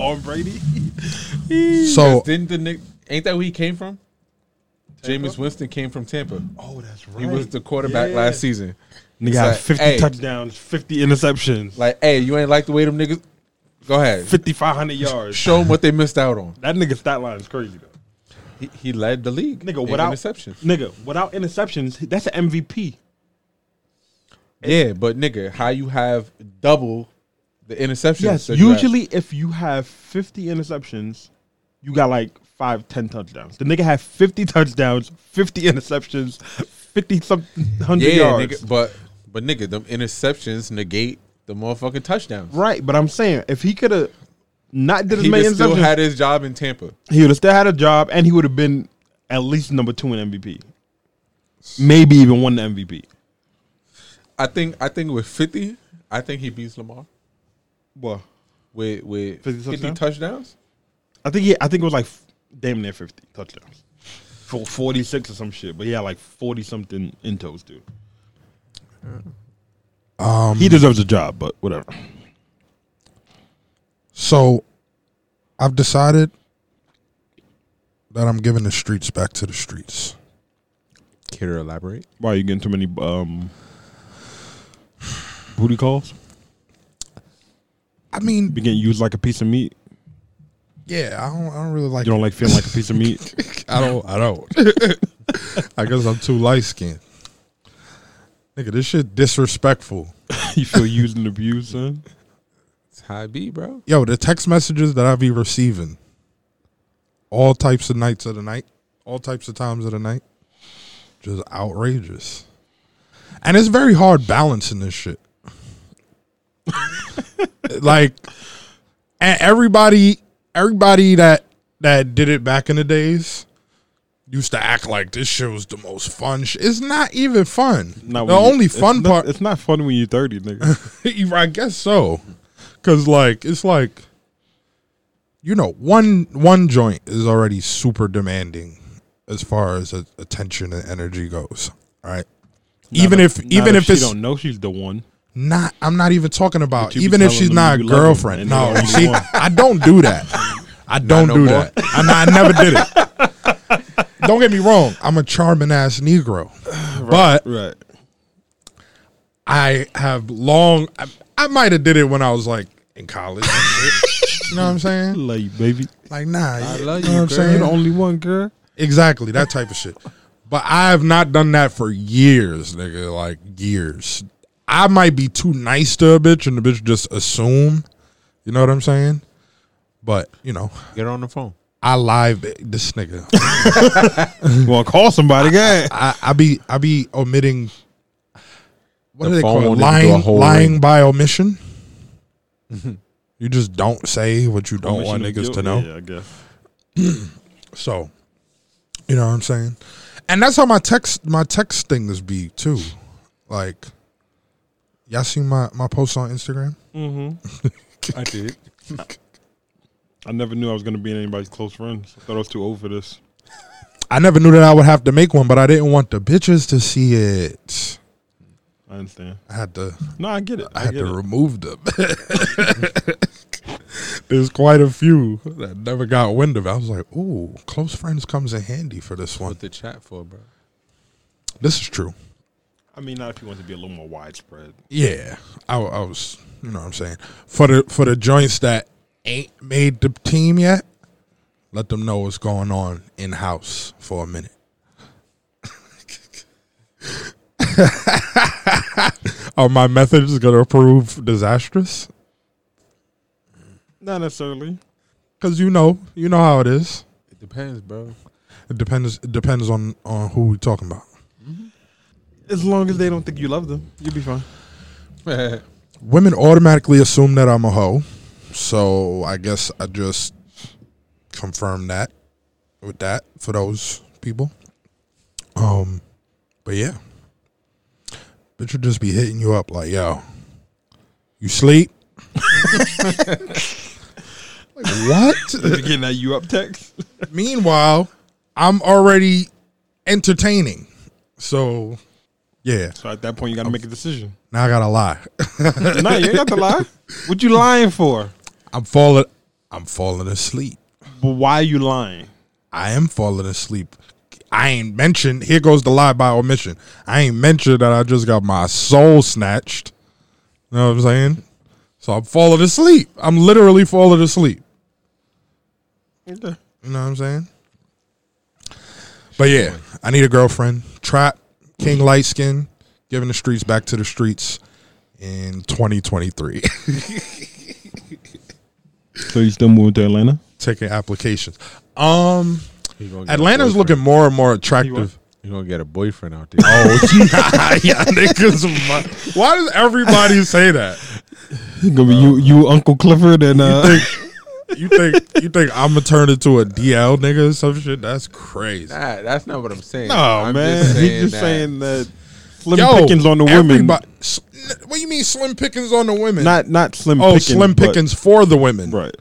On Brady?
So
Didn't the Nick? Ain't that where he came from? Jameis Winston came from Tampa.
Oh, that's right.
He was the quarterback last season.
Nigga had
like,
50
hey.
touchdowns, 50 interceptions,
Like, hey, you ain't like the way them niggas. Go ahead,
5,500 yards.
show them what they missed out on.
That nigga stat line is crazy, though.
He, he led the league.
Nigga,
in
without
interceptions.
Nigga, without interceptions, that's an MVP.
Yeah, but nigga, how you have double the interceptions?
Yes,
that you have?
usually if you have 50 interceptions, you got like five, 10 touchdowns. The nigga had 50 touchdowns, 50 interceptions, 50 something, 100
Yeah,
yards.
nigga, but but nigga, them interceptions negate the motherfucking touchdowns.
Right, but I'm saying if he could have not did as
He
many
just still
interceptions,
had his job in Tampa.
he would have still had a job and he would have been at least number two in MVP. Maybe even won the MVP.
I think I think with fifty, I think he beats Lamar
Well,
with with
50
fifty,
touchdowns?
touchdowns.
I think he, I think it was like f- damn near 50 touchdowns. For 46 or some shit, but he had like 40 something in toes, dude.
um,
He deserves a job, but whatever.
So I've decided that I'm giving the streets back to the streets.
Care to elaborate?
Why are you getting too many um booty calls?
I mean,
You getting used like a piece of meat?
yeah, I don't, I don't really like.
You don't like feeling like a piece of meat?
I don't. I don't. I guess I'm too light skinned. Nigga, this shit disrespectful.
you feel used and abused, son?
It's high B, bro.
Yo, the text messages that I be receiving, all types of nights of the night, all types of times of the night, just outrageous. And it's very hard balancing this shit. like, and everybody, everybody that that did it back in the days used to act like this shit was the most fun. Sh- it's not even fun.
Not
the
when you-
only
it's
fun
not-
part.
it's not fun when you're 30, nigga.
I guess so. Cause like it's like you know, one one joint is already super demanding as far as a, attention and energy goes. All right. even
Not
if
not
even if,
she
it's
don't know she's the one.
not I'm not even talking about
But you be
even if
telling
she's
them
not a
you love 'em
girlfriend.
and
No,
they
you
don't
see,
want.
I don't do that. I don't
no
do
more?
that. I, I never did it. don't get me wrong. I'm a charming ass Negro, but
Right.
I have long. I, I might have did it when I was like in college. and shit. you know what I'm saying?
Love you, baby.
Like, nah.
I
you know
love you,
what I'm
girl.
You're
saying?
the only one, girl.
Exactly, that type of shit. But I have not done that for years, nigga. Like years. I might be too nice to a bitch, and the bitch just assume. You know what I'm saying? But you know,
Get on the phone.
I live this nigga.
You want to call somebody, guy?
I, I be I be omitting. What
The
do they
phone
call it?
wanted to do a
Lying,
whole
lying
ring. Mm-hmm.
by omission. you just don't say what you don't want
Commission
Oh, niggas
of
to
guilt?
know.
Yeah, I guess.
So, you know what I'm saying? And that's how my text my text things be too. Like, y'all seen my my post on Instagram?
I did.
I never knew I was going to be in anybody's close friends. I thought I was too old for this.
I never knew that I would have to make one, but I didn't want the bitches to see it.
I understand.
I had to
No, I get it.
I
I,
had
get
to
it.
remove them. There's quite a few that never got wind of it. I was like, ooh, close friends comes in handy for this one.
What the chat for, bro?
This is true.
I mean, not if you want to be a little more widespread.
Yeah, I, wa- I was, you know what I'm saying? For the for the joints that ain't made the team yet, let them know what's going on in house for a minute. Are my methods gonna prove disastrous?
Not necessarily.
Cause you know, you know how it is.
It depends, bro.
It depends. It depends on on who we talking about.
As long as they don't think you love them, you'll be fine.
Women automatically assume that I'm a hoe, so I guess I just confirm that with that for those people. Um, but yeah, bitch will just be hitting you up like, "Yo, you sleep?" like, what?
Again, that you up text.
Meanwhile, I'm already entertaining, so yeah.
So at that point, you got to make a decision.
Now I gotta lie.
no, you ain't got to lie. What you lying for?
I'm falling. I'm falling asleep.
But why are you lying?
I am falling asleep. I ain't mentioned. Here goes the lie by omission. I ain't mentioned that I just got my soul snatched. You know what I'm saying? So I'm falling asleep. I'm literally falling asleep.
Okay.
You know what I'm saying? But yeah, I need a girlfriend. Trap, King Light Skin, giving the streets back to the streets in 2023.
So you still moving to Atlanta?
Taking applications. Um,
You gonna get a
Atlanta's
boyfriend.
looking more and more attractive.
You gonna get a boyfriend out there?
Oh, nah, yeah, niggas. mu- Why does everybody say that?
You gonna be you, you Uncle Clifford, and uh,
You think you think I'm gonna turn into a DL nigga or some shit? That's crazy.
Nah, that's not what I'm saying.
no
I'm
man,
Just saying
he's just
that
saying that Slim Pickens on the women,
everybody- s- n- What do you mean slim pickings on the women?
not not Slim.
oh,
Pickens,
slim
but-
pickings for the women,
right?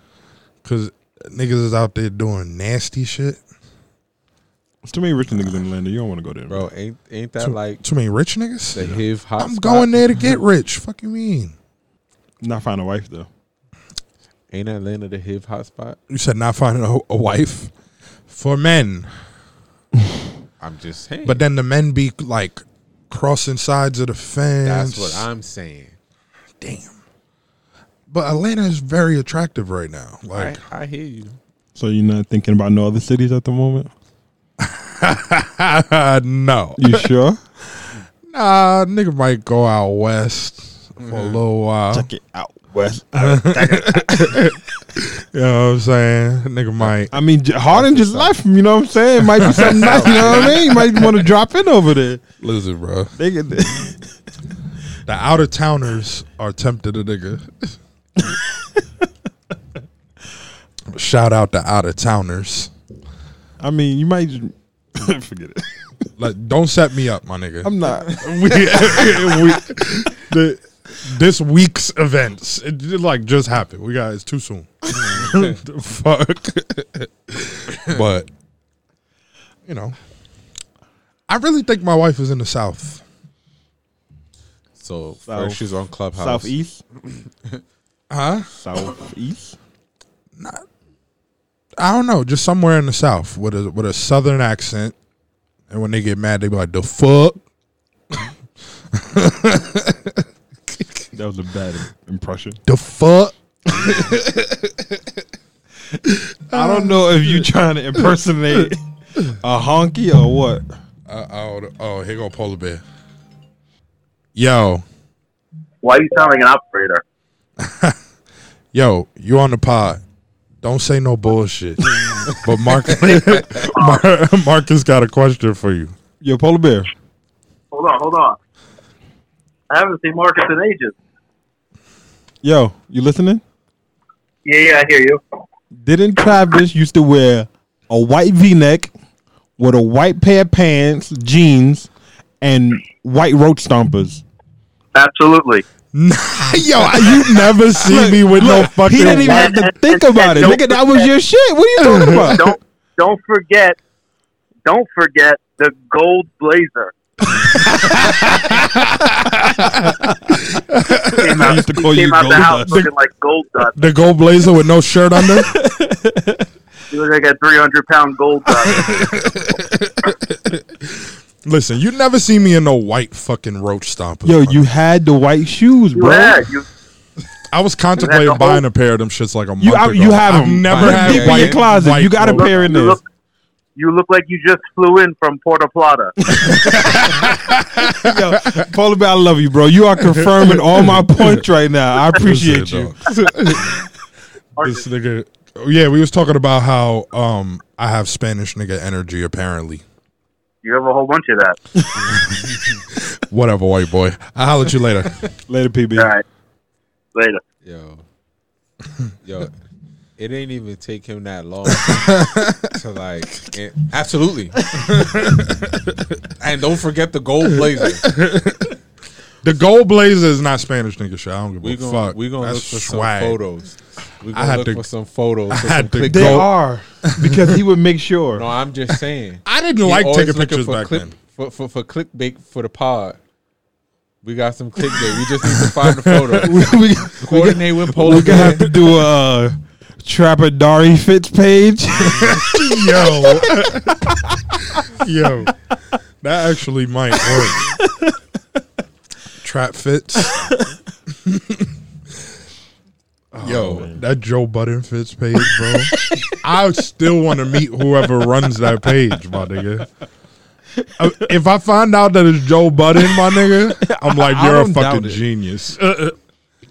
Because niggas is out there doing nasty shit.
There's too many rich niggas in Atlanta. You don't want to go there,
bro. Ain't ain't that
Too,
like
too many rich
the
niggas.
HIV hot?
I'm going there to get rich. Fuck you mean?
Not find a wife though.
Ain't Atlanta the HIV hotspot?
You said not finding a, a wife for men.
I'm just saying.
But then the men be like crossing sides of the fence.
that's what I'm saying.
Damn. But Atlanta is very attractive right now.
I,
Like
I hear you.
So you're not thinking about no other cities at the moment.
uh, no.
You sure?
Nah, nigga might go out west for
Mm-hmm.
a little while.
Check it out, West.
You know what I'm saying? Nigga might
I mean, J- Harden just left him. You know what I'm saying? Might be something nice. You know what I mean? You might want to drop in over there.
listen, bro.
They get
The out of towners are tempted to nigga. Shout out to out of towners.
I mean, you might just forget it.
Like, don't set me up, my nigga.
I'm not.
we, we, the, this week's events it, j- like just happened. We got it's too soon. The Fuck. but you know, I really think my wife is in the South.
So
South-
first she's on Clubhouse.
Southeast,
Huh?
southeast.
I don't know, just somewhere in the South with a with a Southern accent. And when they get mad, they be like, "The fuck."
That was a bad impression.
the fuck?
I don't know if you trying to impersonate a honky or what.
Uh, oh, the- oh, here go polar bear. Yo,
Why you sound like an operator?
yo, you on the pod? Don't say no bullshit. but Mark, Mar- Marcus got a question for you.
Yo, polar bear.
Hold on, hold on. I haven't seen Marcus in ages.
Yo, you listening?
Yeah, yeah, I hear you.
Didn't Travis used to wear a white V-neck with a white pair of pants, jeans, and white road stompers?
Absolutely.
yo, you never see me with no fucking.
He didn't even
white-
have to think about it. Nigga, that was your shit. What are you talking about?
Don't don't forget don't forget the gold blazer. came out,
used to
he
call you
came out
Gold
the house
Dust.
looking like gold dust.
the gold blazer with no shirt under.
He was like a three hundred pound gold dust.
Listen, you never see me in no white fucking roach stompers.
Yo,
bro.
you had the white shoes, bro.
yeah, you
I was
You
contemplating
had the
buying
whole-
a pair of them shits like a month
You, I,
ago.
you have
I've
them.
never
Look
had
deep in
white
your closet.
white
you got a
roach-
pair in
you
there.
look you look like you just flew in from Puerto Plata.
Yo, Polar Bear, I love you, bro. You are confirming all my points right now. I appreciate you.
Listen, dog. this nigga. oh, Yeah, we was talking about how um I have Spanish nigga energy apparently.
You have a whole bunch of that.
Whatever, white boy. I'll holler at you later.
Later,
All
PB.
right. Later.
Yo. Yo. It ain't even take him that long to like it- absolutely. and don't forget the gold blazer.
the gold blazer is not Spanish nigga shit. I don't give
We
a
gonna
fuck.
we gonna
That's
look for
swag.
some photos. We
had
gonna look
to-
for some photos.
I
for
had
some
to
click-
They
Go-
are because he would make
No,
sure.
I'm just saying.
I didn't
He
like
always
taking
looking
pictures
for
back
clip,
then.
For, for for clickbait for the pod. We got some clickbait. We just need to find the photo.
we
Coordinate with Polar
are gonna have
Bear.
to do a uh, Trapper Dari Fitz page.
Yo, yo, that actually might work. Trap fits. Yo, that Joe Budden fits page, bro. I still want to meet whoever runs that page, my nigga. Uh, If I find out that it's Joe Budden, my nigga, I'm like,
I
you're a
don't doubt
fucking
it. Uh,
genius.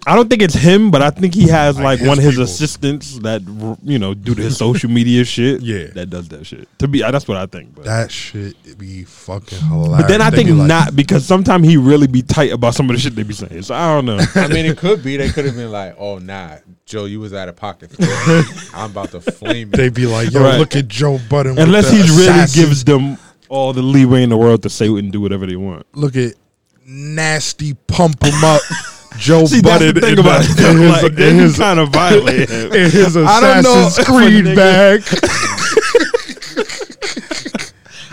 I don't think it's him, but I think he has like
his
one of his
people.
assistants that you know do his social media shit.
Yeah.
that does that shit. To be, uh, that's what I think. But.
That shit be fucking hilarious.
But then I
They
think
be like,
not because sometimes he really be tight about some of the shit they be saying. So I don't know.
I mean, it could be. They could have been like, "Oh, nah, Joe, you was out of pocket. I'm about to flame
They
you."
be like, yo,
Right.
look at Joe Budden. with
Unless
the
he really
assassin
gives them all the leeway in the world to say and do whatever they want.
look at nasty pump him up Joe
See, that's the
Budden
thing
in,
about
the-
him.
in his,
Like,
in
they
his,
kind of violent.
in his
I don't know if
Assassin's
a
Creed
nigga-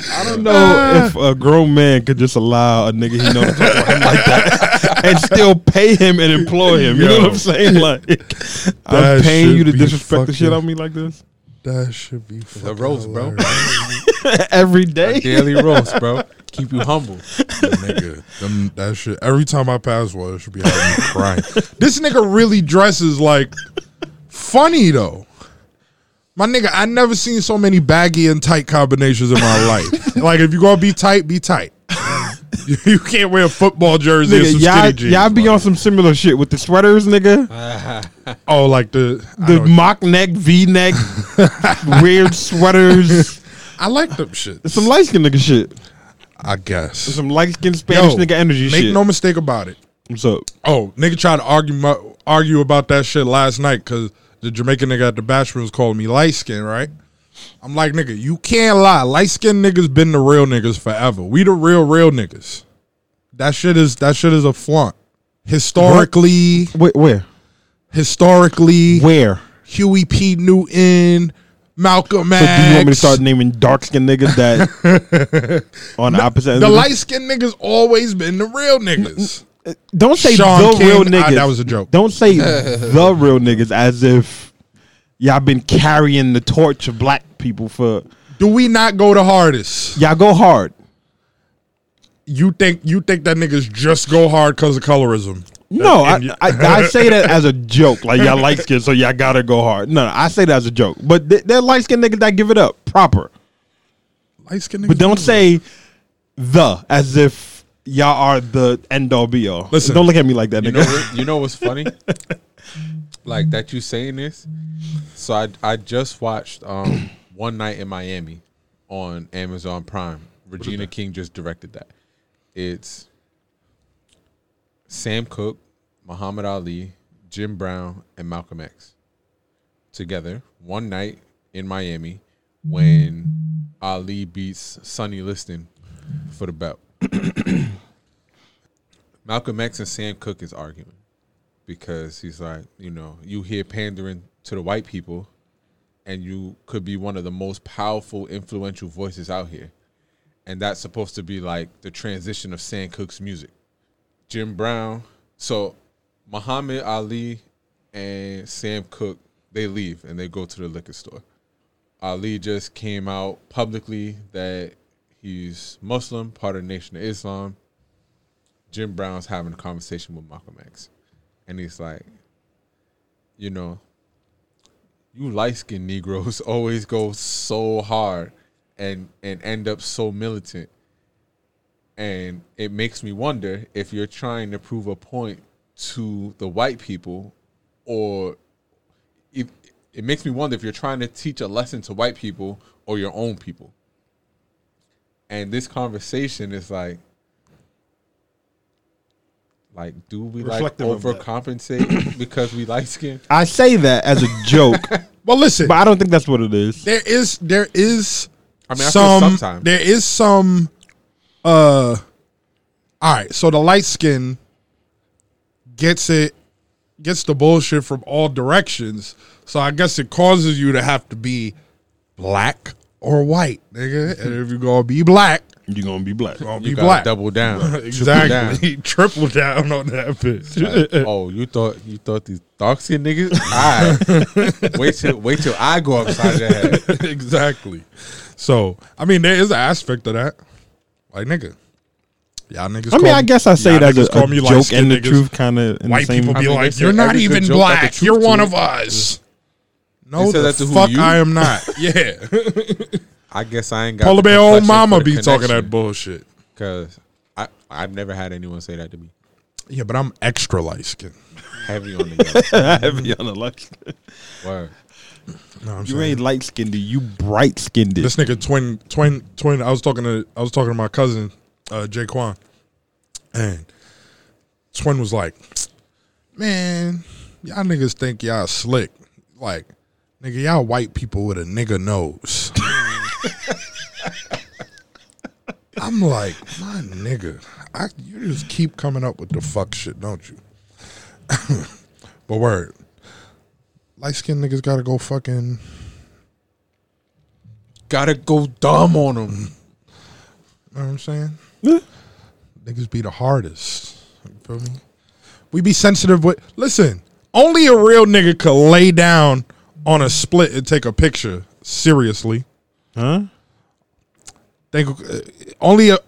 bag.
I don't know if a grown man could just allow a nigga he knows to talk about him like that and still pay him and employ him. You know
Yo.
what I'm saying? Like, I'm
That
paying
should
you to
be
disrespect the shit
fucking-
on me like this
That should be fucking
roast, bro.
hilarious.
E-, every day.
Daily roast, bro. Keep you humble.
nigga. Them, that shit. Every time I pass one, it should be having me crying. This nigga really dresses like funny though. My nigga, I never seen so many baggy and tight combinations in my life. like if you gonna be tight, be tight. you you can't wear a football jersey and
Nigga,
some
y'all,
skinny jeans.
y'all be
my
on
nigga.
some similar shit with the sweaters, nigga.
oh like the I
the
know-
mock neck, V neck, weird sweaters.
I like them shit.
It's some light skin nigga shit.
I guess.
It's some light skin Spanish
Yo,
nigga energy
Make
shit.
no mistake about it.
What's up?
Oh, nigga tried to argue my, argue about that shit last night because the Jamaican nigga at the bachelor was calling me light skin, right? I'm like, nigga, you can't lie. Light skinned niggas been the real niggas forever. We the real, real niggas. That shit is that shit is a flaunt. Historically,
Wait, where?
historically,
Where?
Huey P. Newton, Malcolm
So do you want me to
X.
start naming dark skinned niggas that on the opposite end?
the
of
light skinned niggas always been the real niggas.
Don't say
Sean
the
King,
real
I-
niggas.
that was a joke.
Don't say the real niggas as if y'all been carrying the torch of black people for
Do we not go the hardest?
y'all go hard.
you think you think that niggas just go hard because of colorism.
No, I, I, I say that as a joke. Like y'all light skin, so y'all gotta go hard. No, no, I say that as a joke. But th- they're light skinned niggas that give it up proper.
Light skinned
But don't say the as if y'all are the end all be all.
Listen.
don't look at me like that,
You
nigga.
know, what- you know what's funny? like that you saying this. So I I just watched um One Night in Miami on Amazon Prime. Regina King just directed that. It's Sam Cooke, Muhammad Ali, Jim Brown, and Malcolm X together one night in Miami
Mm.
when Ali beats Sonny Liston for the belt. Malcolm X and Sam Cooke is arguing because he's like, you know, you here pandering to the white people, and you could be one of the most powerful, influential voices out here, and that's supposed to be like the transition of Sam Cooke's music. Jim Brown, so Muhammad Ali and Sam Cooke, they leave and they go to the liquor store. Ali just came out publicly that he's Muslim, part of the Nation of Islam. Jim Brown's having a conversation with Malcolm X, and he's like, you know, you light skinned Negroes always go so hard and and end up so militant, and it makes me wonder if you're trying to prove a point to the white people, or if it makes me wonder if you're trying to teach a lesson to white people or your own people. And this conversation is like, like, do we like
Reflective of that.
overcompensate because we light skin?
I say that as a joke,
Well, listen.
but I don't think that's what it is.
there is there is
I mean, I feel
some
sometimes.
there is some uh all right so the light skin gets it gets the bullshit from all directions so i guess it causes you to have to be black or white nigga and if you're gonna be black
You're gonna be black.
gonna
you
be
gotta
black
double down. triple
exactly triple down. on that bitch
down. Oh, you thought you thought these dark skinned niggas? I wait till wait till I go upside your head.
exactly so i mean there is an aspect of that like nigga y'all niggas
I
call
mean, I
me-
guess I say
y'all
that as
niggas
a,
call
a
me
joke
light-skinned
and the
niggas.
truth kind of in the
white
same.
people be
mean, they
like,
say
"You're not
every good
even
joke got the
black.
truth
You're
to
one
it."
of us." No,
They said
the
that to who,
fuck
you?
I am not. Yeah,
I guess I ain't got
polar
the
bear old
complexion
mama
for the
be talking that
connection,
bullshit.
Cause I I've never had anyone say that to me.
Yeah, but I'm extra light skinned.
Heavy on the
Heavy on the light.
yellow. Word.
No, I'm
You
saying.
ain't light skinned. You bright skinned.
This nigga twin twin twin. I was talking to I was talking to my cousin, uh, Jay Quan, and twin was like, "Man, y'all niggas think y'all slick. Like, nigga, y'all white people with a nigga nose." I'm like, my nigga, I, you just keep coming up with the fuck shit, don't you? but word, light skinned niggas gotta go fucking.
Gotta go dumb on them.
You know what I'm saying?
Yeah.
Niggas be the hardest. You feel me? We be sensitive with listen, only a real nigga could lay down on a split and take a picture. Seriously.
Huh?
Think uh, only a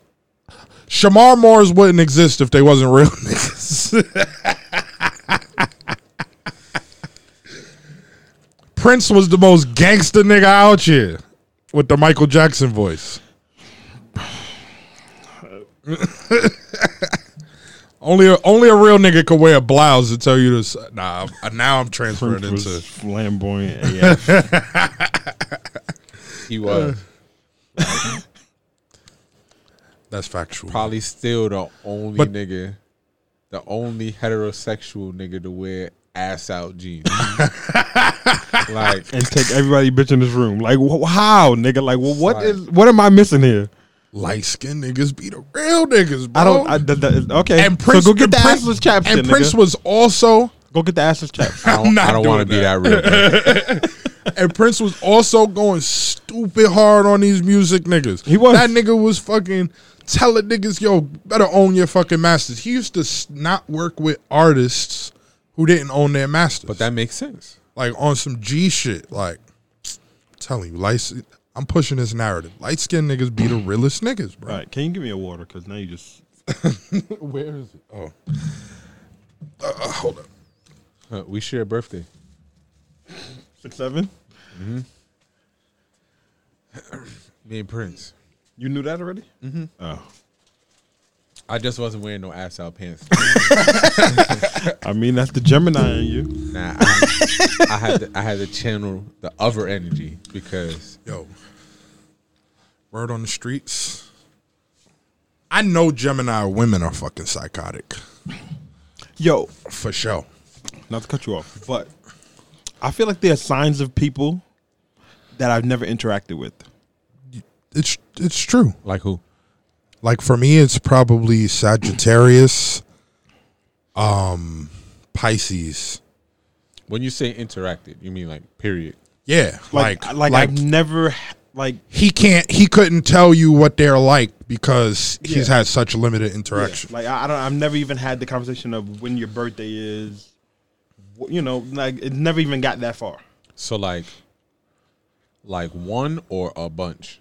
Shamar Moores wouldn't exist if they wasn't real niggas. Prince was the most gangster nigga out here with the Michael Jackson voice. only a, only a real nigga could wear a blouse and tell you this. Nah, I'm- now I'm transferring
Prince
into
was flamboyant. AF.
He was
Uh. that's factual.
probably still the only
But-
nigga, the only heterosexual nigga to wear ass out jeans. like
and take everybody bitch in this room. Like wh- how, nigga? Like, well, what
Right.
is? What am I missing here?
Light skinned niggas be the real niggas, bro.
I don't. I, th- th- okay.
And Prince,
so go get
and
the
Prince-
assless chaps.
And
then,
Prince
nigga.
was also,
go get the assless chaps.
I don't,
not
I don't want to
doing
be that real. bro.
and Prince was also going stupid hard on these music niggas.
He was.
that nigga was fucking telling niggas, yo, better own your fucking masters. He used to s- not work with artists who didn't own their masters,
But that makes sense.
like on some G shit. Like, I'm telling you, light. I'm pushing this narrative. Light skinned niggas be the realest niggas, bro.
All right, can you give me a water? Because now you just
Where is it? Oh. Uh, uh, hold up.
Uh, we share a birthday.
Six seven.
Me and Prince.
You knew that already. Mm-hmm. Oh,
I just wasn't wearing no ass out pants.
I mean that's the Gemini in you.
nah, I, I had to, I had to channel the other energy because
Yo. Word on the streets. I know Gemini women are fucking psychotic.
Yo,
For sure.
not to cut you off, but I feel like there are signs of people that I've never interacted with.
It's it's true.
like who?
Like for me it's probably Sagittarius, um Pisces.
When you say interacted, you mean like period.
Yeah.
Like, like, I've never h- like
he can't he couldn't tell you what they're like because he's had such limited interaction.
like I, I don't. I've never even had the conversation of when your birthday is. wh- You know, like it never even got that far.
So like, like one or a bunch.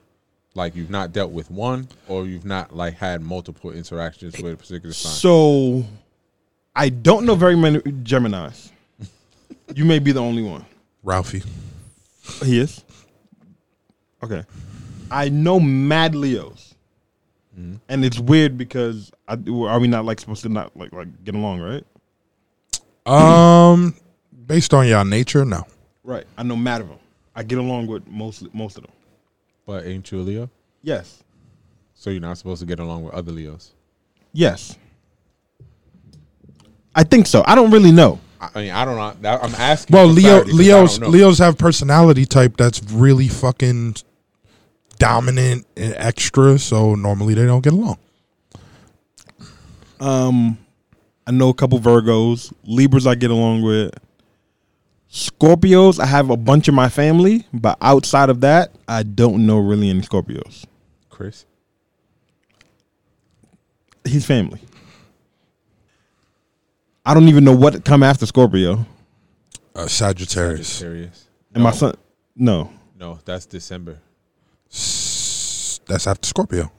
Like you've not dealt with one, or you've not like had multiple interactions with a particular sign.
So, I don't know very many Gemini's. you may be the only one.
Ralphie.
He is. Okay. I know mad Leos. And it's weird because I, are we not like supposed to not like like get along, right?
Um based on y'all nature, no.
Right. I know mad of them. I get along with most most of them.
but ain't you a Leo?
Yes.
So you're not supposed to get along with other Leos.
Yes. I think so. I don't really know.
I I mean, I don't know. That- I'm asking.
Well,
for
Leo,
clarity 'cause I don't
Leo's
know.
Leo's have personality type that's really fucking dominant and extra. So normally they don't get along.
Um, I know a couple Virgos, Libras. I get along with Scorpios. I have a bunch of my family, but outside of that, I don't know really any Scorpios.
Chris.
He's family. I don't even know what come after Scorpio.
Uh, Sagittarius.
Serious?
And my son, no.
No, that's December.
S- That's after Scorpio.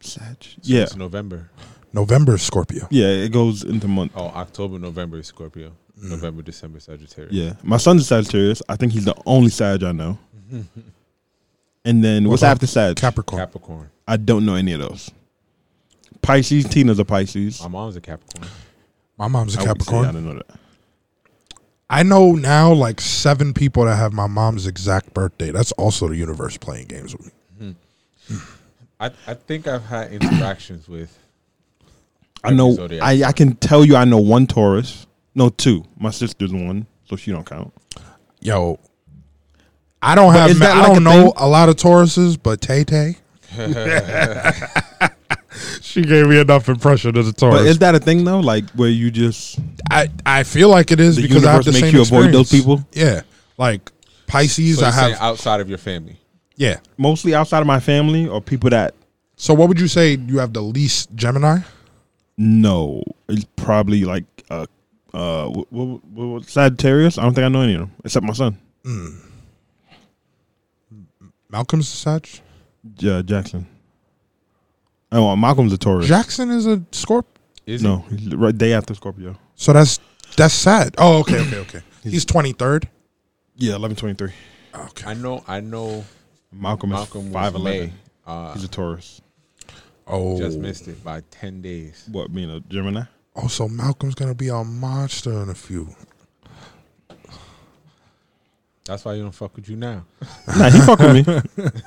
Sag.
So
Yeah,
it's November.
November is Scorpio.
yeah. It goes into month.
Oh, October, November is Scorpio. November, December, Sagittarius.
Yeah, my son's a Sagittarius. I think he's the only Sag I know. And then what's
about
after Sag?
Capricorn.
Capricorn.
I don't know any of those. Pisces. Tina's a Pisces.
My mom's a Capricorn.
my mom's a
I wouldn't say I
Um, Capricorn.
didn't know that.
I know now like seven people that have my mom's exact birthday. That's also the universe playing games with me.
I, I think I've had interactions with.
I know.
Zodiac
I, I can tell you. I know one Taurus. No, two. My sister's one, so she don't count.
Yo, I don't have.
is
ma-
that
I
like
don't
a
know
thing?
a lot of Tauruses, but Tay Tay. she gave me enough impression of the Taurus.
But is that a thing though? Like where you just
I, I feel like it is
The
because I have
universe
the
makes
same
you avoid those
experience.
people?
Yeah, like Pisces,
So
I
you're saying
have.
outside of your family.
yeah.
mostly outside of my family or people that
So what would you say you have the least Gemini?
know it's probably like uh uh what, what, Sagittarius. I don't think I know any of them except my son
Malcolm's a Sag.
J- uh, Jackson. Oh, well, Malcolm's a Taurus.
Jackson is a Scorp.
Is
no, he's the right day after Scorpio.
So that's that's sad. Oh, okay, okay, okay. He's twenty third.
Yeah, eleven twenty three.
it?
Okay.
I know. I know.
Malcolm is
Malcolm was
five eleven.
May. Uh,
He's a Taurus.
Oh,
just missed it by ten days.
What being a Gemini?
oh, so Malcolm's gonna be a monster in a few.
That's why you don't fuck with you now.
Nah, he fuck with me.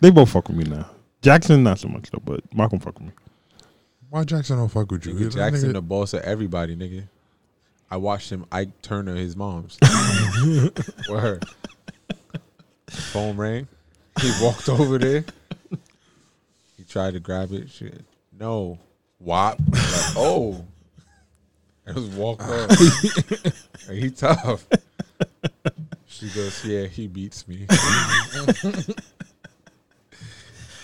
They both fuck with me now. Jackson not so much though, but Malcolm fuck with me.
Why Jackson don't fuck with you?
Nigga
He's a
Jackson,
nigga-
the boss of everybody, nigga. I watched him Ike Turner his mom's. Word. Phone rang. He walked over there. He tried to grab it. Shit. No. Wop. Like, oh. It was walked off. Like, he tough. She goes, yeah, he beats me.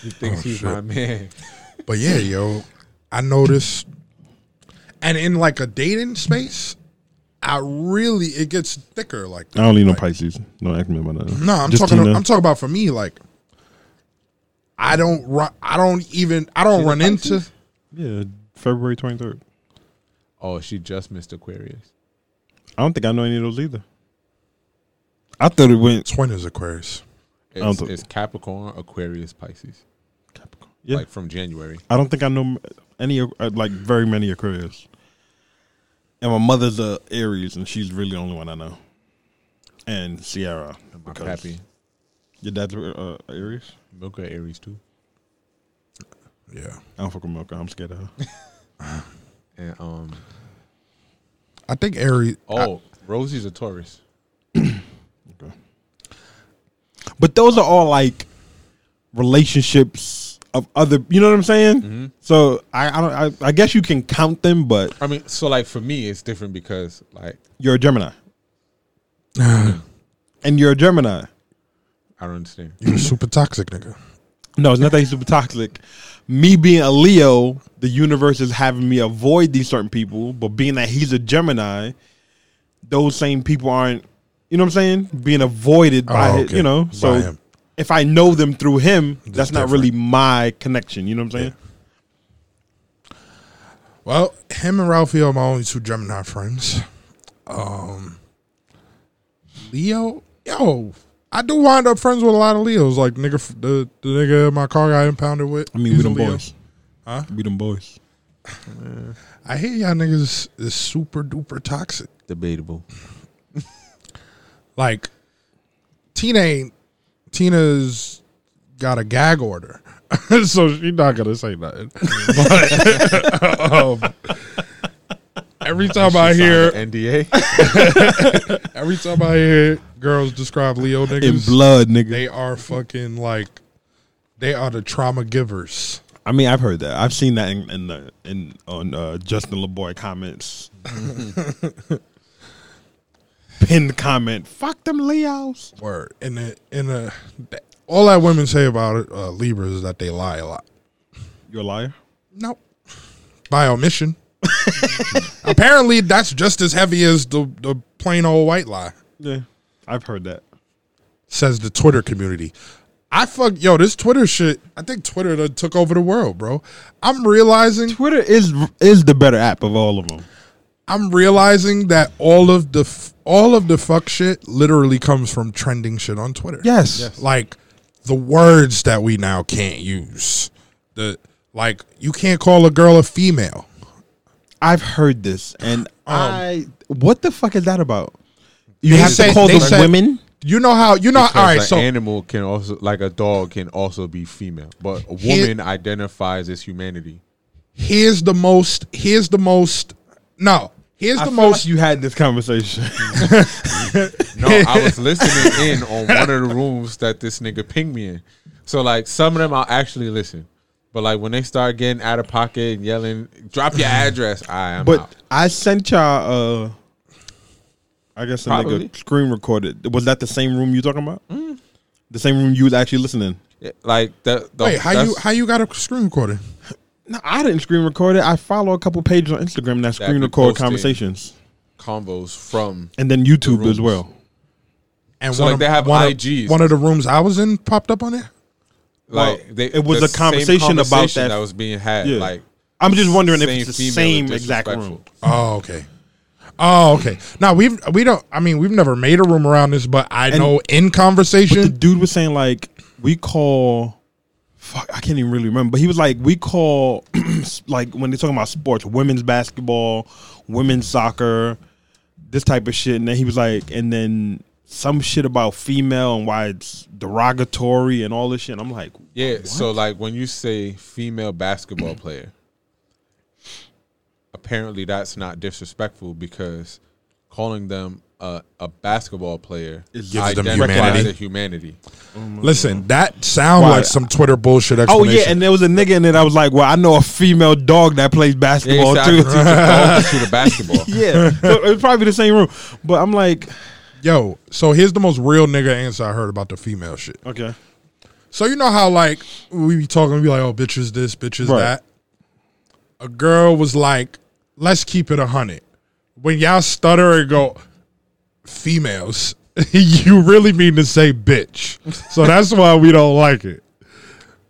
he thinks
Oh,
he's
shit.
my man.
But yeah, yo, I noticed, and in like a dating space, I really it gets thicker like that.
I don't need no
Like,
Pisces. Don't ask me about that.
No, I'm
Just
talking.
Tina.
I'm talking about for me. Like, I don't run. I don't even. I don't
She's a
run into.
Pisces?
yeah, February twenty third.
Oh, she just missed Aquarius.
I don't think I know any of those either. I thought it went.
Twin is Aquarius.
don't
It's,
think-
it's Capricorn, Aquarius, Pisces.
Yeah,
Like from January.
I don't think I know any uh, like very many Aquarius. And my mother's a Aries, and she's really the only one I know. And Sierra,
My
because
pappy.
your dad's uh, Aries.
Milka Aries too.
Yeah.
I don't fuck with Milka. I'm scared of her.
And um
I think Aries.
oh, Rosie's a Taurus.
Okay. But those are all like relationships of other. You know what I'm saying? So I, I don't. I, I guess you can count them, but
I mean, so like for me it's different because like
you're a Gemini, and you're a Gemini.
I don't understand.
You're super toxic, nigga.
No, it's not that he's super toxic. Me being a Leo, the universe is having me avoid these certain people. But being that he's a Gemini, those same people aren't. You know what I'm saying? Being avoided by
Oh,
his-
okay.
you know.
By
So
him.
if I know them through him, that's not
different.
really my connection. You know what I'm saying?
Well, him and Ralphie are my only two Gemini friends. Um, Leo, yo, I do wind up friends with a lot of Leos. Like nigga, f- the the nigga my car got impounded with.
I mean,
he's
we
a
them
Leo.
boys. Huh? We them boys.
I hear y'all niggas is super duper toxic.
Debatable.
Like Tina, ain't, Tina's got a gag order, so she's not gonna say nothing. But um, every time I hear
NDA.
Every time I hear girls describe Leo niggas,
In blood, nigga.
they are fucking like they are the trauma givers.
I mean, I've heard that. I've seen that in in, the, in on uh, Justin LeBoy comments. Pinned comment. Fuck them Leos.
Word. And the, and the, all that women say about it, uh, Libra is that they lie a lot.
You're a liar.
Nope. By omission. Apparently, that's just as heavy as the, the plain old white lie.
Yeah, I've heard that.
says the Twitter community. I fuck yo, this Twitter shit. I think Twitter done took over the world, bro. I'm realizing
Twitter is is the better app of all of them.
I'm realizing that all of the f- all of the fuck shit literally comes from trending shit on Twitter.
Yes. Yes.
like the words that we now can't use. The like you can't call a girl a female.
I've heard this, and I. What the fuck is that about? You
They
have
said-
to call
they
them
said-
women.
You know how you know.
Because
all right,
an
so
animal can also like a dog can also be female, but a
Here-
woman identifies as humanity.
here's the most. Here's the most. No, here's
I
the
feel
most.
like you had this conversation.
No, I was listening in on one of the rooms that this nigga pinged me in. So like some of them I'll actually listen. But like when they start getting out of pocket and yelling, drop your address, I am
But
out.
I sent y'all. Uh, I guess a
Probably. Mm.
nigga screen recorded. Was that the same room you talking about? The same room you was actually listening.
Yeah, Like that the,
Wait, how
that's-
you how you got a screen recording?
No, I didn't screen record it. I follow a couple pages on Instagram that screen
be
record
posted.
conversations,
combos from
and then YouTube as
rooms.
well.
And
So, like, they have
one
IGs.
Of, one of the rooms I was in popped up on it.
Well,
like they,
it was
the
a
same
conversation about
conversation
that-
that was being had.
Yeah.
Like
I'm just wondering if it's the
female
same
and
exact
disrespectful.
room.
Oh, okay. Oh, okay. Now we've we don't. I mean, we've never made a room around this, but I know in
But the
conversation.
dude was saying like we call fuck I can't even really remember, but he was like we call like when they're talking about sports, women's basketball, women's soccer, this type of shit. And then he was like, and then some shit about female and why it's derogatory and all this shit. And I'm like,
Yeah, so like when you say female basketball player, apparently that's not disrespectful because calling them a, a basketball player
Gives
them
identifies
humanity.
the humanity.
listen, that sound
Why?
like some Twitter bullshit
oh
explanation.
yeah, and there was a nigga in it. I was like, well, I know a female dog that plays
Yeah,
basketball
so I
too.
can teach a dog to shoot a basketball.
yeah, so it was probably the same room, but I'm like,
yo, so here's the most real nigga answer I heard about the female shit.
okay,
So you know how like we be talking, we be like, oh, bitch is this, bitch is
Right.
that. A girl was like, let's keep it a hundred. When y'all stutter and go, females, you really mean to say bitch. So that's why we don't like it.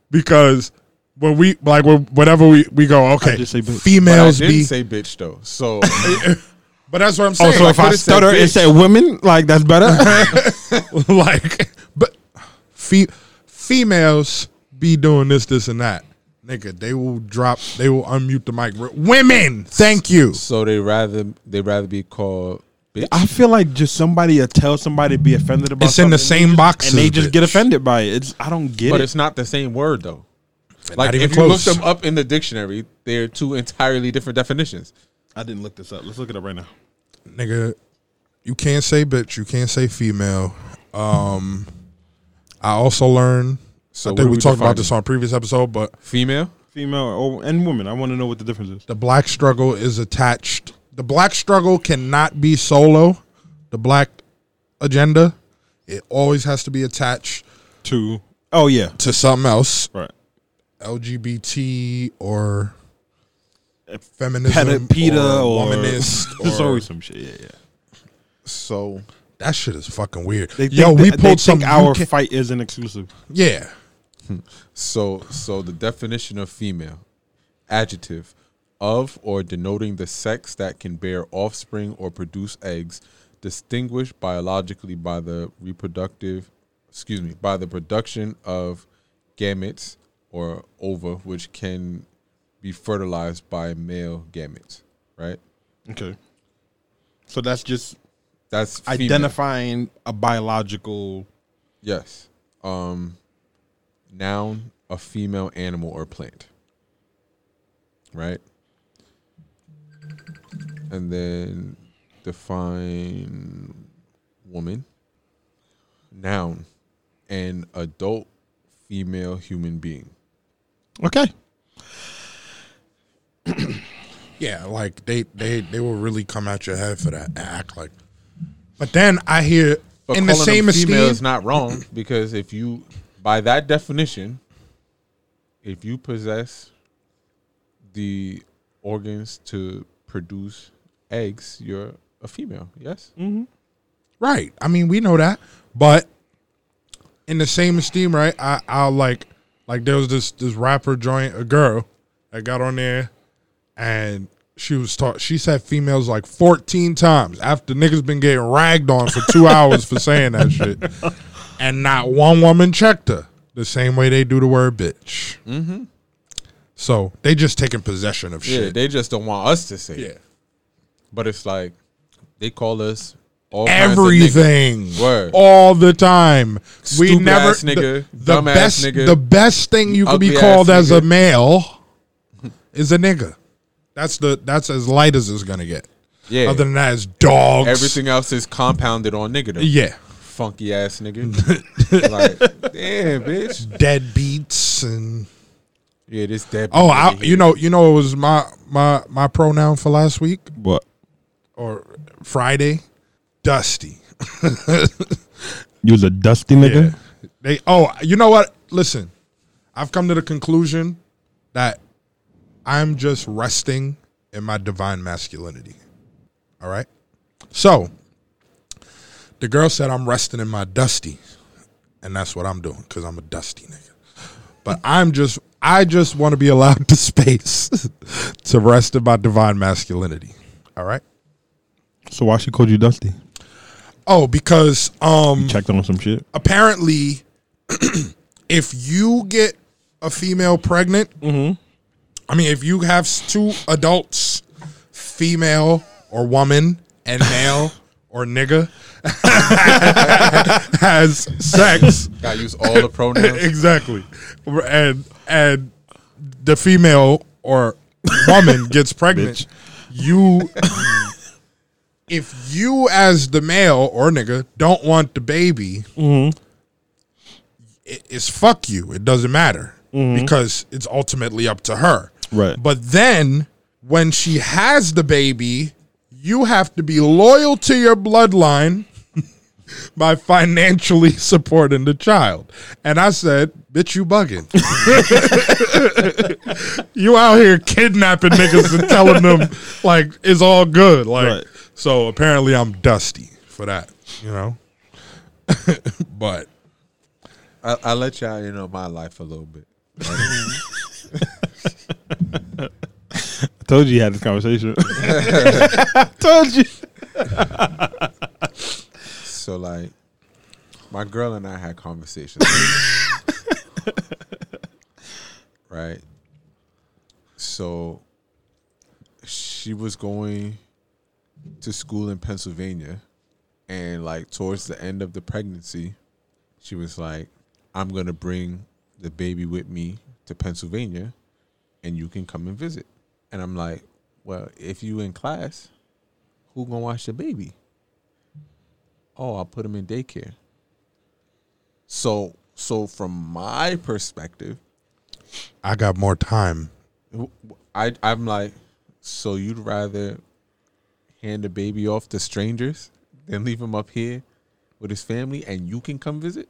Because when we like when, whenever we, we go
I
okay
just say bitch.
But I
females
didn't
be
say Oh, bitch though. So
but that's what I'm saying.
Also,
Like,
Oh, if I
could've said
stutter and
bitch.
say women, like that's better.
like, but fe- females be doing this, this, and that. Nigga, they will drop, they will unmute the mic. Women, thank you.
so they rather they rather be called bitch.
I feel like just somebody to tell somebody to be offended about
It's in the
something,
same box,
and they
as
just
bitch.
get offended by it. It's I don't get
but
it.
it's not the same word though. Like
Not even
if you look
close.
them up in the dictionary, they're two entirely different definitions.
I didn't look this up. Let's look it up right now.
Nigga, you can't say bitch. You can't say female. Um, I also learned.
So
I
what
think
are
we,
we
talked about
defining?
this on a previous episode, but
Female.
Female or, and women. I want to know what the difference is.
the black struggle is attached. The black struggle cannot be solo. The black agenda, it always has to be attached
Two. Oh yeah.
to something else.
Right.
LGBT or
Peta,
feminism,
PETA
or,
or,
womanist.
There's
or-
always some shit. Yeah, yeah.
So
that shit is fucking weird.
They think
Yo, we
that- they
pulled some
think our
UK
fight isn't exclusive.
yeah,
so so the definition of female adjective of or denoting the sex that can bear offspring or produce eggs distinguished biologically by the reproductive excuse me by the production of gametes or ova which can be fertilized by male gametes right
Okay. So that's just
that's female.
identifying a biological.
yes um noun a female animal or plant right? And then define woman, noun, an adult female human being.
Okay.
yeah. Like they they they will really come at your head for that and act like. But then I hear
But
in the
calling them
same
female
esteem.
is not wrong because if you, by that definition, if you possess the organs to produce eggs, you're a female. Yes.
Mm-hmm. Right. I mean, we know that, but in the same esteem, right? I I like like there was this this rapper joint a girl that got on there and she was taught she said females like 14 times after niggas been getting ragged on for 2 hours for saying that shit and not one woman checked her the same way they do the word bitch. Mhm. So, they just taking possession of
Yeah.
shit.
They just don't want us to say. it.
yeah.
But it's like they call us all kinds of niggas.
everything
Word.
all the time. we
Stupid
never
ass nigga,
the, the
dumb ass
best
nigga,
the best thing you can be
ugly ass
called as a
nigga.
male is a nigga. That's the that's as light as it's gonna get.
Yeah.
Other than that, it's dogs.
Everything else is compounded on nigga. Though.
Yeah.
Funky ass nigga. like, damn, bitch.
Dead beats and
Yeah, this dead.
oh,
nigga
I
here.
you know you know it was my my my pronoun for last week
What?
or Friday, dusty.
You was a dusty nigga.
They oh, you know what? Listen, I've come to the conclusion that I'm just resting in my divine masculinity. All right? So, the girl said I'm resting in my dusty, and that's what I'm doing cuz I'm a dusty nigga. But I'm just I just want to be allowed the space to rest in my divine masculinity. All right?
So why she called you dusty?
Oh, because um
Checked on some shit.
apparently, if you get a female pregnant, I mean, if you have s- two adults, female or woman, and male or nigga, has sex
gotta use all the pronouns.
exactly, and and the female or woman gets
Bitch.
pregnant, you. If you, as the male or nigga, don't want the baby,
Mm-hmm.
it- it's fuck you. It doesn't matter because it's ultimately up to her.
Mm-hmm. Right.
But then when she has the baby, you have to be loyal to your bloodline by financially supporting the child. And I said, bitch, you bugging. you out here kidnapping niggas and telling them like it's all good. Like
Right.
so apparently I'm dusty for that, you know? but
I, I let y'all in on my life a little bit.
Told you you had this conversation. Told you.
So like, my girl and I had conversations, right? So she was going to school in Pennsylvania, and like towards the end of the pregnancy, she was like, "I'm gonna bring the baby with me to Pennsylvania, and you can come and visit." And I'm like, "Well, if you in class, who gonna watch the baby?" oh i'll put him in daycare so so from my perspective
I got more time.
w- w- i i'm like so you'd rather hand the baby off to strangers than leave him up here with his family and you can come visit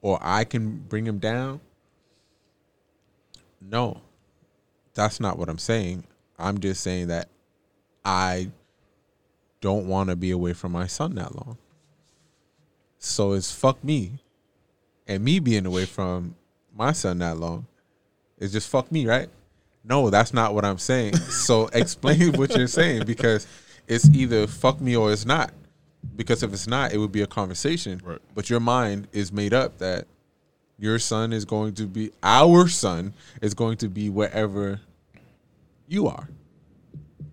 or i can bring him down no that's not what i'm saying i'm just saying that i don't want to be away from my son that long. So it's fuck me. And me being away from my son that long is just fuck me, right? No, that's not what I'm saying. So explain what you're saying because it's either fuck me or it's not. Because if it's not, it would be a conversation.
Right.
But your mind is made up that your son is going to be, our son is going to be wherever you are.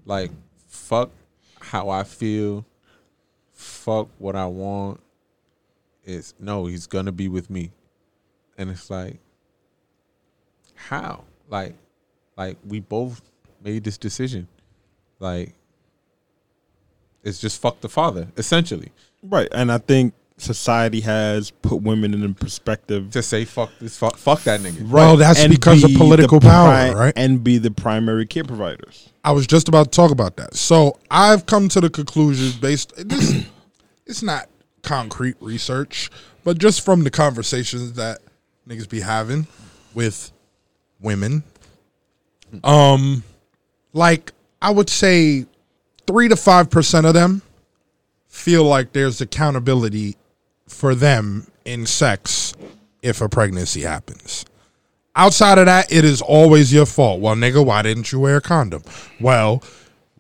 Like, fuck how I feel. Fuck what I want. It's no, he's gonna be with me. And it's like, how? Like, like we both made this decision. Like, it's just fuck the father, essentially.
Right, and I think society has put women in perspective.
To say fuck this, fuck, fuck that nigga.
Well, Oh, that's
and
because of
be the
political power,
pri-
right?
And be the primary care providers.
I was just about to talk about that. So I've come to the conclusion based this it's not concrete research, but just from the conversations that niggas be having with women. Um like I would say three to five percent of them feel like there's accountability for them in sex if a pregnancy happens. Outside of that, it is always your fault. Well, nigga, why didn't you wear a condom? Well,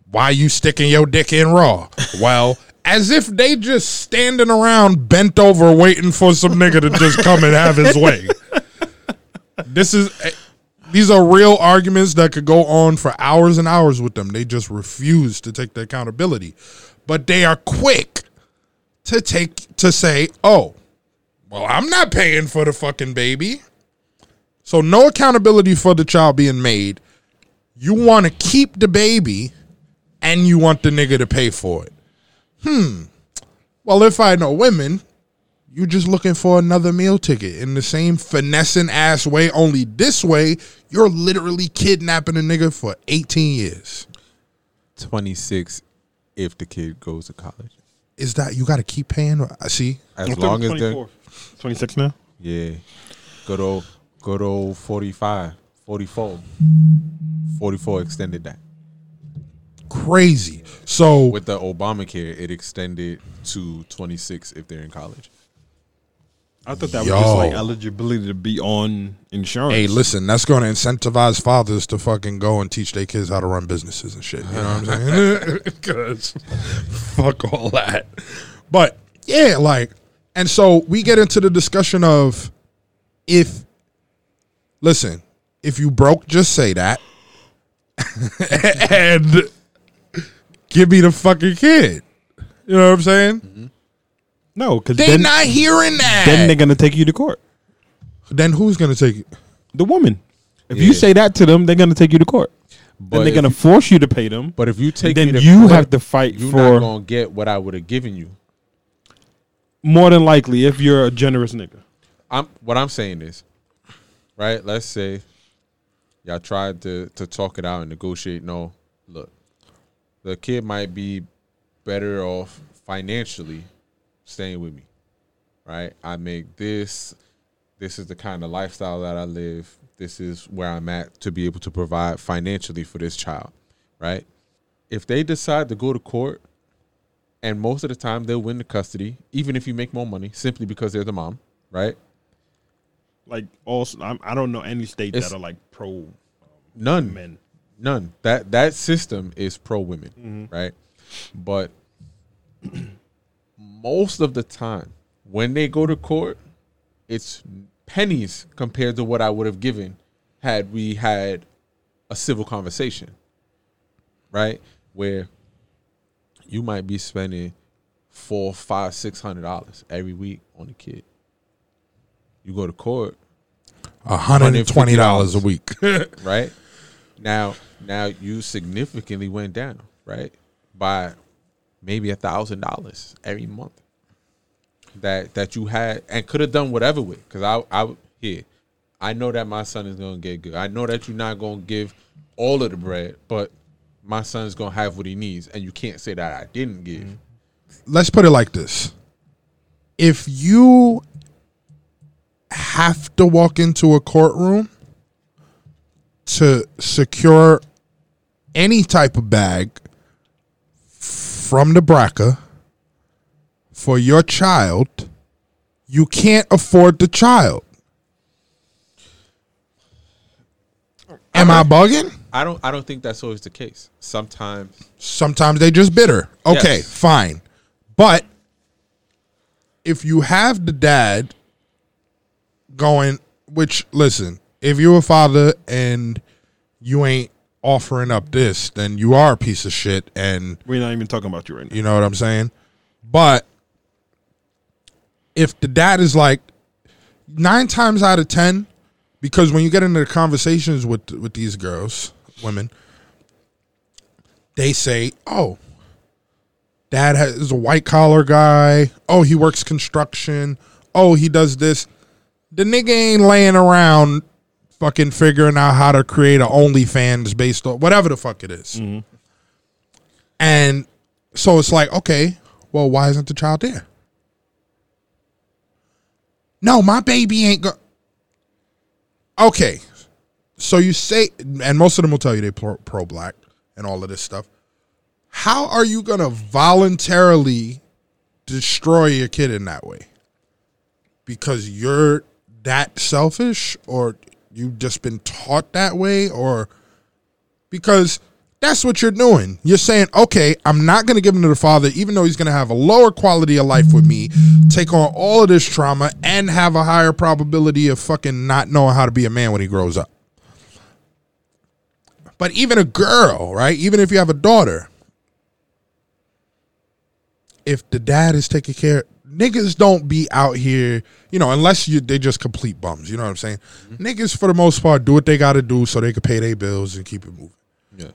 why you sticking your dick in raw? Well, as if they just standing around bent over waiting for some nigga to just come and have his way. This is eh, these are real arguments that could go on for hours and hours with them. They just refuse to take the accountability. But they are quick to take to say, "Oh, well, I'm not paying for the fucking baby." So no accountability for the child being made. You want to keep the baby and you want the nigga to pay for it. Hmm. Well, if I know women, you're just looking for another meal ticket in the same finessing ass way, only this way, you're literally kidnapping a nigga for 18 years.
Twenty six, if the kid goes to college,
Is that you got to keep paying? I see.
as long as they're
26 now.
Yeah. Good old, good old 45, 44. 44 extended that.
Crazy. So
With the Obamacare, it extended to 26 if they're in college.
I thought that
Yo.
was just like eligibility to be on insurance.
Hey, listen, that's going to incentivize fathers to fucking go and teach their kids how to run businesses and shit. You know what I'm saying? 'Cause fuck all that. But yeah, like, and so we get into the discussion of if, listen, if you broke, just say that. and give me the fucking kid. You know what I'm saying?
no, because
They
then,
not hearing that.
then they're gonna take you to court.
then who's going to take it?
The woman. If you
Yeah.
say that to them, they're gonna take you to court. then
But
they're
if
gonna
you-
force you to pay them.
But if you take
then
me to
you
court,
have to fight
you're
for
not going to get what I would have given you.
more than likely if you're a generous nigga.
I'm what I'm saying is, right? Let's say y'all tried to to talk it out and negotiate. No, look, the kid might be better off financially staying with me, right? I make this. This is the kind of lifestyle that I live. This is where I'm at to be able to provide financially for this child, right? If they decide to go to court, and most of the time they'll win the custody, even if you make more money, simply because they're the mom, right?
Like also, I'm, I don't know any state
It's-
that are like pro
None.
men.
None. That that system is pro women, right? But most of the time, when they go to court, it's pennies compared to what I would have given had we had a civil conversation, right? Where you might be spending four, five, six hundred dollars every week on a kid. You go to court,
hundred and twenty dollars a
$150.
week.
right? Now, now you significantly went down, right? By maybe a thousand dollars every month that that you had and could have done whatever with. Because I, I here, I know that my son is gonna get good. I know that you're not gonna give all of the bread, but my son's gonna have what he needs, and you can't say that I didn't give.
Let's put it like this: if you have to walk into a courtroom to secure any type of bag from the BRCA for your child, you can't afford the child. Am I bugging?
I don't, I don't think that's always the case. Sometimes
Sometimes they just bitter. Okay,
Yes.
fine. But if you have the dad going, which listen, if you're a father and you ain't offering up this, then you are a piece of shit and
We're not even talking about you right now.
you know what I'm saying? But if the dad is like nine times out of ten, because when you get into the conversations with with these girls, women, they say, "Oh, dad has, is a white collar guy. Oh, he works construction. Oh, he does this." The nigga ain't laying around fucking figuring out how to create a OnlyFans based on whatever the fuck it is. And so it's like, okay, well, why isn't the child there? No, my baby ain't go. Okay, so you say, and most of them will tell you they pro black and all of this stuff. How are you gonna voluntarily destroy your kid in that way? Because you're that selfish, or you've just been taught that way, or because that's what you're doing. You're saying, okay, I'm not going to give him to the father, even though he's going to have a lower quality of life with me, take on all of this trauma, and have a higher probability of fucking not knowing how to be a man when he grows up. But even a girl, right? Even if you have a daughter, if the dad is taking care, niggas don't be out here, you know, unless you they just complete bums. You know what I'm saying? Niggas, for the most part, do what they got to do so they can pay their bills and keep it moving
yeah,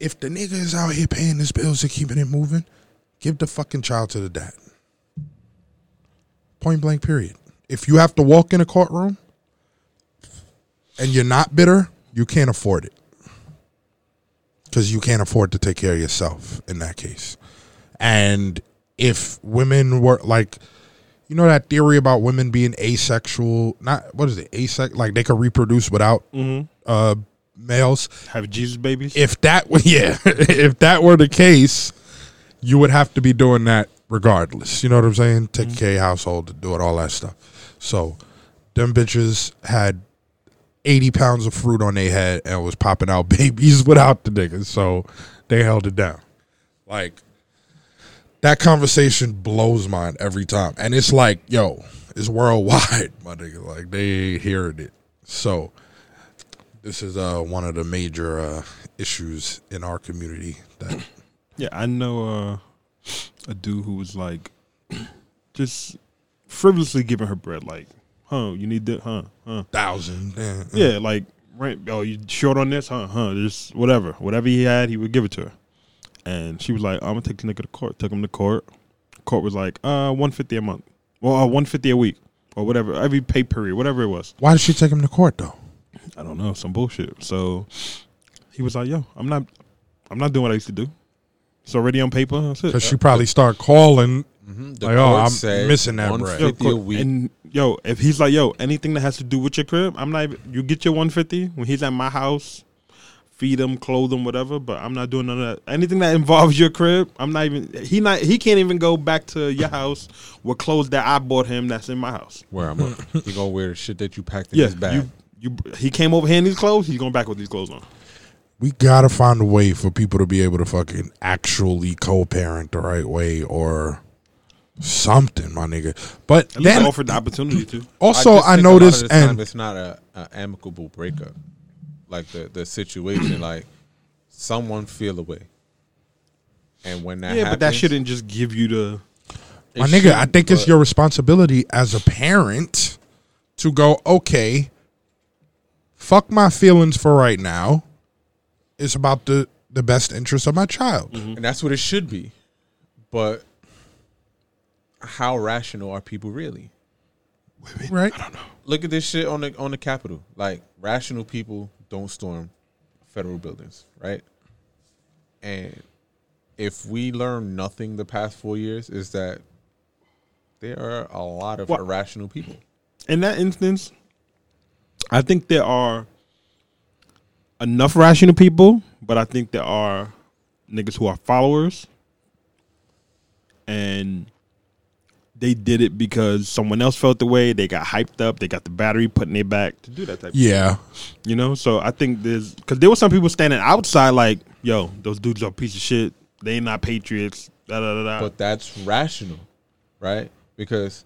if the nigga is out here paying his bills and keeping it moving, give the fucking child to the dad. Point blank, period. If you have to walk in a courtroom and you're not bitter, you can't afford it. Because you can't afford to take care of yourself in that case. And if women were like, you know that theory about women being asexual, not, what is it, asex, like they could reproduce without uh, males?
Have Jesus babies?
if that were yeah, if that were the case, you would have to be doing that regardless. You know what I'm saying? Take care of your household, do it, all that stuff. So them bitches had eighty pounds of fruit on their head and was popping out babies without the niggas. So they held it down. Like that conversation blows mine every time. And it's like, yo, it's worldwide, my nigga. Like they ain't hearing it. So this is uh, one of the major uh, issues in our community. That
Yeah, I know uh, a dude who was like just frivolously giving her bread, like, huh, you need that, huh, huh.
thousand, yeah,
Yeah, like rent. Oh, you short on this? Huh? Huh? Just whatever, whatever he had, he would give it to her. And she was like, "I'm gonna take the nigga to court." Took him to court. Court was like, "Uh, one fifty a month, well, uh, one fifty a week, or whatever. Every pay period, whatever it was.
Why did she take him to court though?
I don't know, some bullshit." So he was like, "Yo, I'm not, I'm not doing what I used to do. It's already on paper. That's it."
Because she probably started calling.
The
Like, oh,
court
I'm
said
missing that bread.
150 a
court-
week.
And yo, if he's like, yo, anything that has to do with your crib, I'm not. Even, you get your 150 when he's at my house, feed him, clothe him, whatever. But I'm not doing none of that. Anything that involves your crib, I'm not even. He not. He can't even go back to your house with clothes that I bought him. That's in my house.
where I'm up. He gonna wear the shit that you packed in
Yeah,
his bag.
you. You. He came over here in these clothes. He's going back with these clothes on.
we gotta find a way for people to be able to fucking actually co-parent the right way or something, my nigga. But
At least I
then
offered the opportunity to.
also
just
I,
think a lot of
noticed
the time
and
it's not a, a amicable breakup. Like the the situation, like someone feel away, and when that
yeah,
happens,
but that shouldn't just give you the.
it
my nigga, I
shouldn't,
think it's
but
your responsibility as a parent to go, okay, fuck my feelings for right now. It's about the the best interest of my child.
and that's what it should be. But how rational are people really?
Right?
Look at this shit on the on the Capitol. Like rational people don't storm federal buildings, right? And if we learn nothing the past four years, is that there are a lot of
Well-
irrational people.
In that instance, I think there are enough rational people, but I think there are niggas who are followers, and they did it because someone else felt the way. They got hyped up. They got the battery put in their back to do that type. of
Yeah.
You know, so I think there's because there were some people standing outside, like, "Yo, those dudes are a piece of shit. They ain't not patriots." Da da da da.
but that's rational, right? Because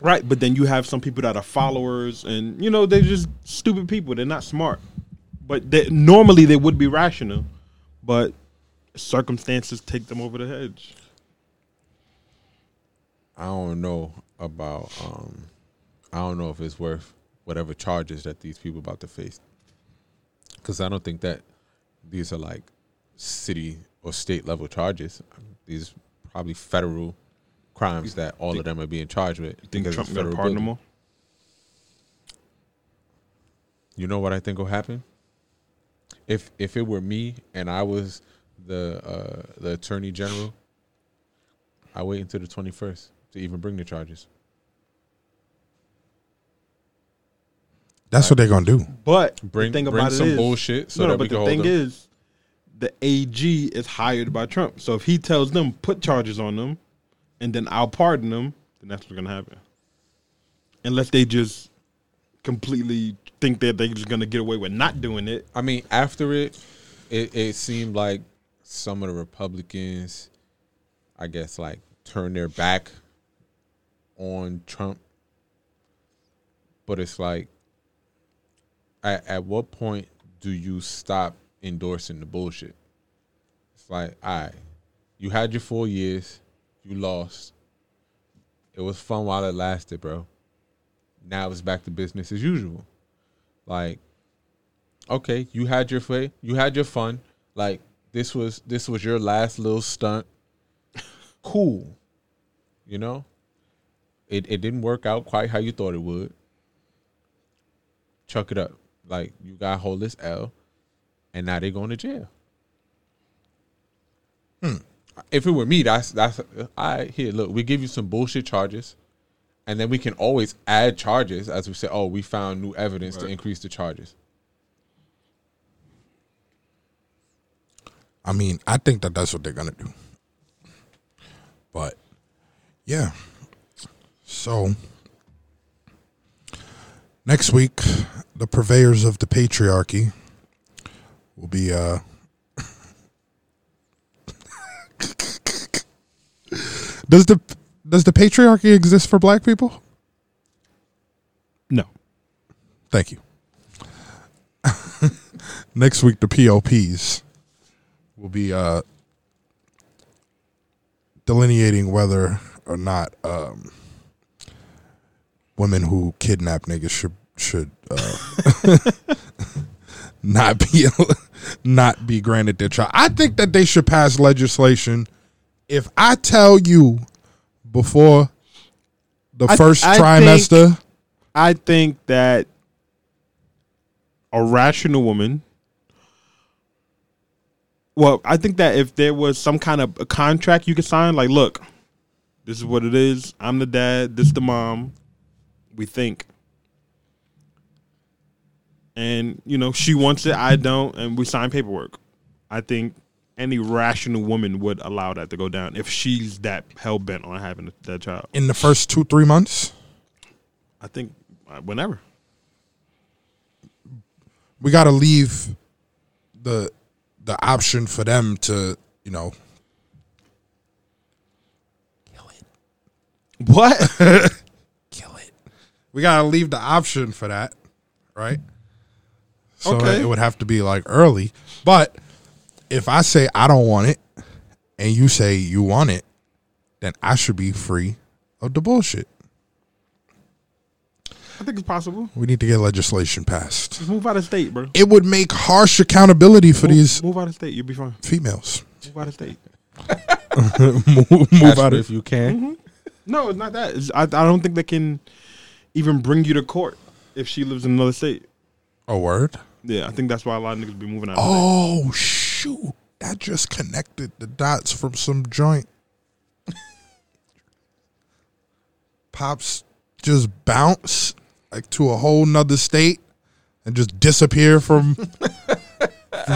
right, but then you have some people that are followers, and you know they're just stupid people. They're not smart, but they, normally they would be rational, but circumstances take them over the hedge.
I don't know about um I don't know if it's worth whatever charges that these people about to face. Cuz I don't think that these are like city or state level charges. These probably federal crimes that all of them are being charged with.
You think
because
Trump
it's
gonna
federal
pardon them
building.
all?
You know what I think will happen? If if it were me and I was the uh, the attorney general, I wait until the twenty first to even bring the charges.
That's what they're gonna do.
But
Bring-
the thing
bring
about it
some
is-
bullshit so
no,
that
but
we
the
can hold
thing
them.
is, the AG is hired by Trump. So if he tells them put charges on them, and then I'll pardon them, then that's what's gonna happen. Unless they just completely think that they're just gonna get away with not doing it.
I mean, after it, it, it seemed like some of the Republicans, I guess, like turned their back on Trump. But it's like, at, at what point do you stop endorsing the bullshit? It's like, all right, you had your four years, you lost. It was fun while it lasted, bro. Now it's back to business as usual. Like, okay, you had your fun, you had your fun. Like this was this was your last little stunt. Cool. You know? It it didn't work out quite how you thought it would. Chuck it up. Like you got hold this L and now they're going to jail. Hmm. If it were me, that's that's I here, look, we give you some bullshit charges. And then we can always add charges as we say, oh, we found new evidence to increase the charges.
I mean, I think that that's what they're gonna do. But yeah, so next week, the purveyors of the patriarchy will be uh. does the does the patriarchy exist for black people?
No.
Thank you. Next week, the POPs will be uh, delineating whether or not um, women who kidnap niggas should should uh, not be not be granted their child. I think that they should pass legislation. If I tell you before the
I-
first
I think-
trimester.
I think that a rational woman. Well, I think that if there was some kind of a contract you could sign, like, look, this is what it is. I'm the dad. This the mom. We think. And, you know, she wants it. I don't. And we sign paperwork. I think any rational woman would allow that to go down if she's that hell bent on having that child.
in the first two three months
I think uh, whenever.
we got to leave the the option for them to, you know,
What?
kill it. We gotta leave the option for that, right? So
Okay.
it would have to be like early. But if I say I don't want it, and you say you want it, then I should be free of the bullshit.
I think it's possible.
We need to get legislation passed.
Just move out of state, bro.
It would make harsh accountability for these
move out of state. You'll be fine.
females.
Move out of state.
move
Catch
move Mm-hmm.
me
out of
if you can.
No, it's not that. It's, I, I don't think they can even bring you to court if she lives in another state.
a word.
Yeah, I think that's why a lot of niggas be moving out. of
Oh shoot! That just connected the dots from some joint. Pops just bounce like to a whole nother state and just disappear from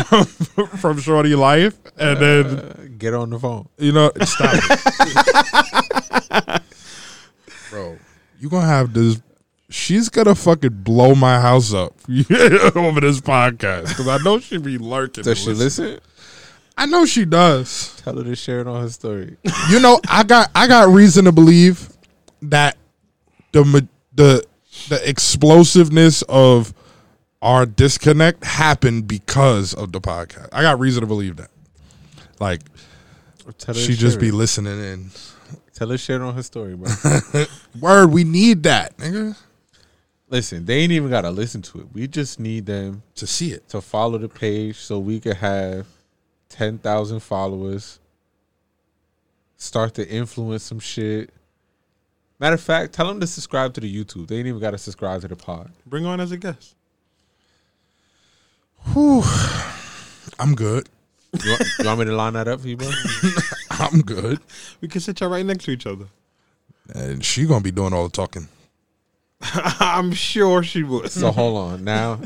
from, from shorty life, and then
Uh, Get on the phone.
you know stop, it. bro. You gonna have this. She's gonna fucking blow my house up over this podcast because I know she be lurking.
Does
and
she listen?
I know she does.
Tell her to share it on her story.
You know, I got I got reason to believe that the ma- the the explosiveness of our disconnect happened because of the podcast. I got reason to believe that. Like
Tell her
she
to
just
share
be
it.
listening in.
Tell her to share it on her story, bro.
Word, we need that, nigga,
listen, they ain't even gotta listen to it. We just need them
to see it.
to follow the page so we could have ten thousand followers. Start to influence some shit. Matter of fact, tell them to subscribe to the YouTube. They ain't even gotta subscribe to the pod.
state. Bring her on as a guest.
I'm good.
You want, you want me to line that up for you, bro?
I'm good.
We can sit y'all right next to each other.
And she gonna be doing all the talking.
I'm sure she would.
So hold on now,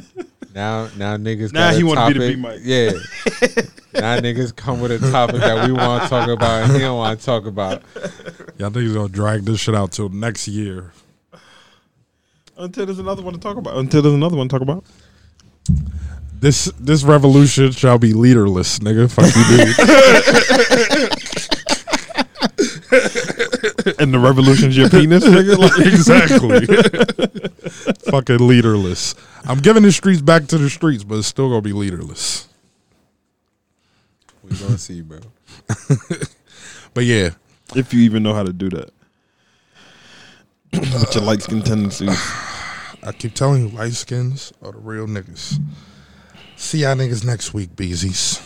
now, now niggas.
Mm-hmm. Now
got
he
a
wanna be the
topic.
B-Mike.
Yeah. now niggas come with a topic that we want to talk about and he don't want to talk about.
Y'all think he's gonna drag this shit out till next year?
Until there's another one to talk about. Until there's another one to talk about.
This this revolution shall be leaderless, nigga. Fuck you, dude.
And the revolution's your penis, nigga. Like,
exactly. Fucking leaderless. I'm giving the streets back to the streets, but it's still gonna be leaderless.
We gonna see, bro.
But yeah,
if you even know how to do that. but your light skin tendencies.
I keep telling you, light skins are the real niggas. See y'all niggas next week, Beezies.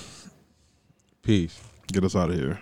Peace.
Get us out of here.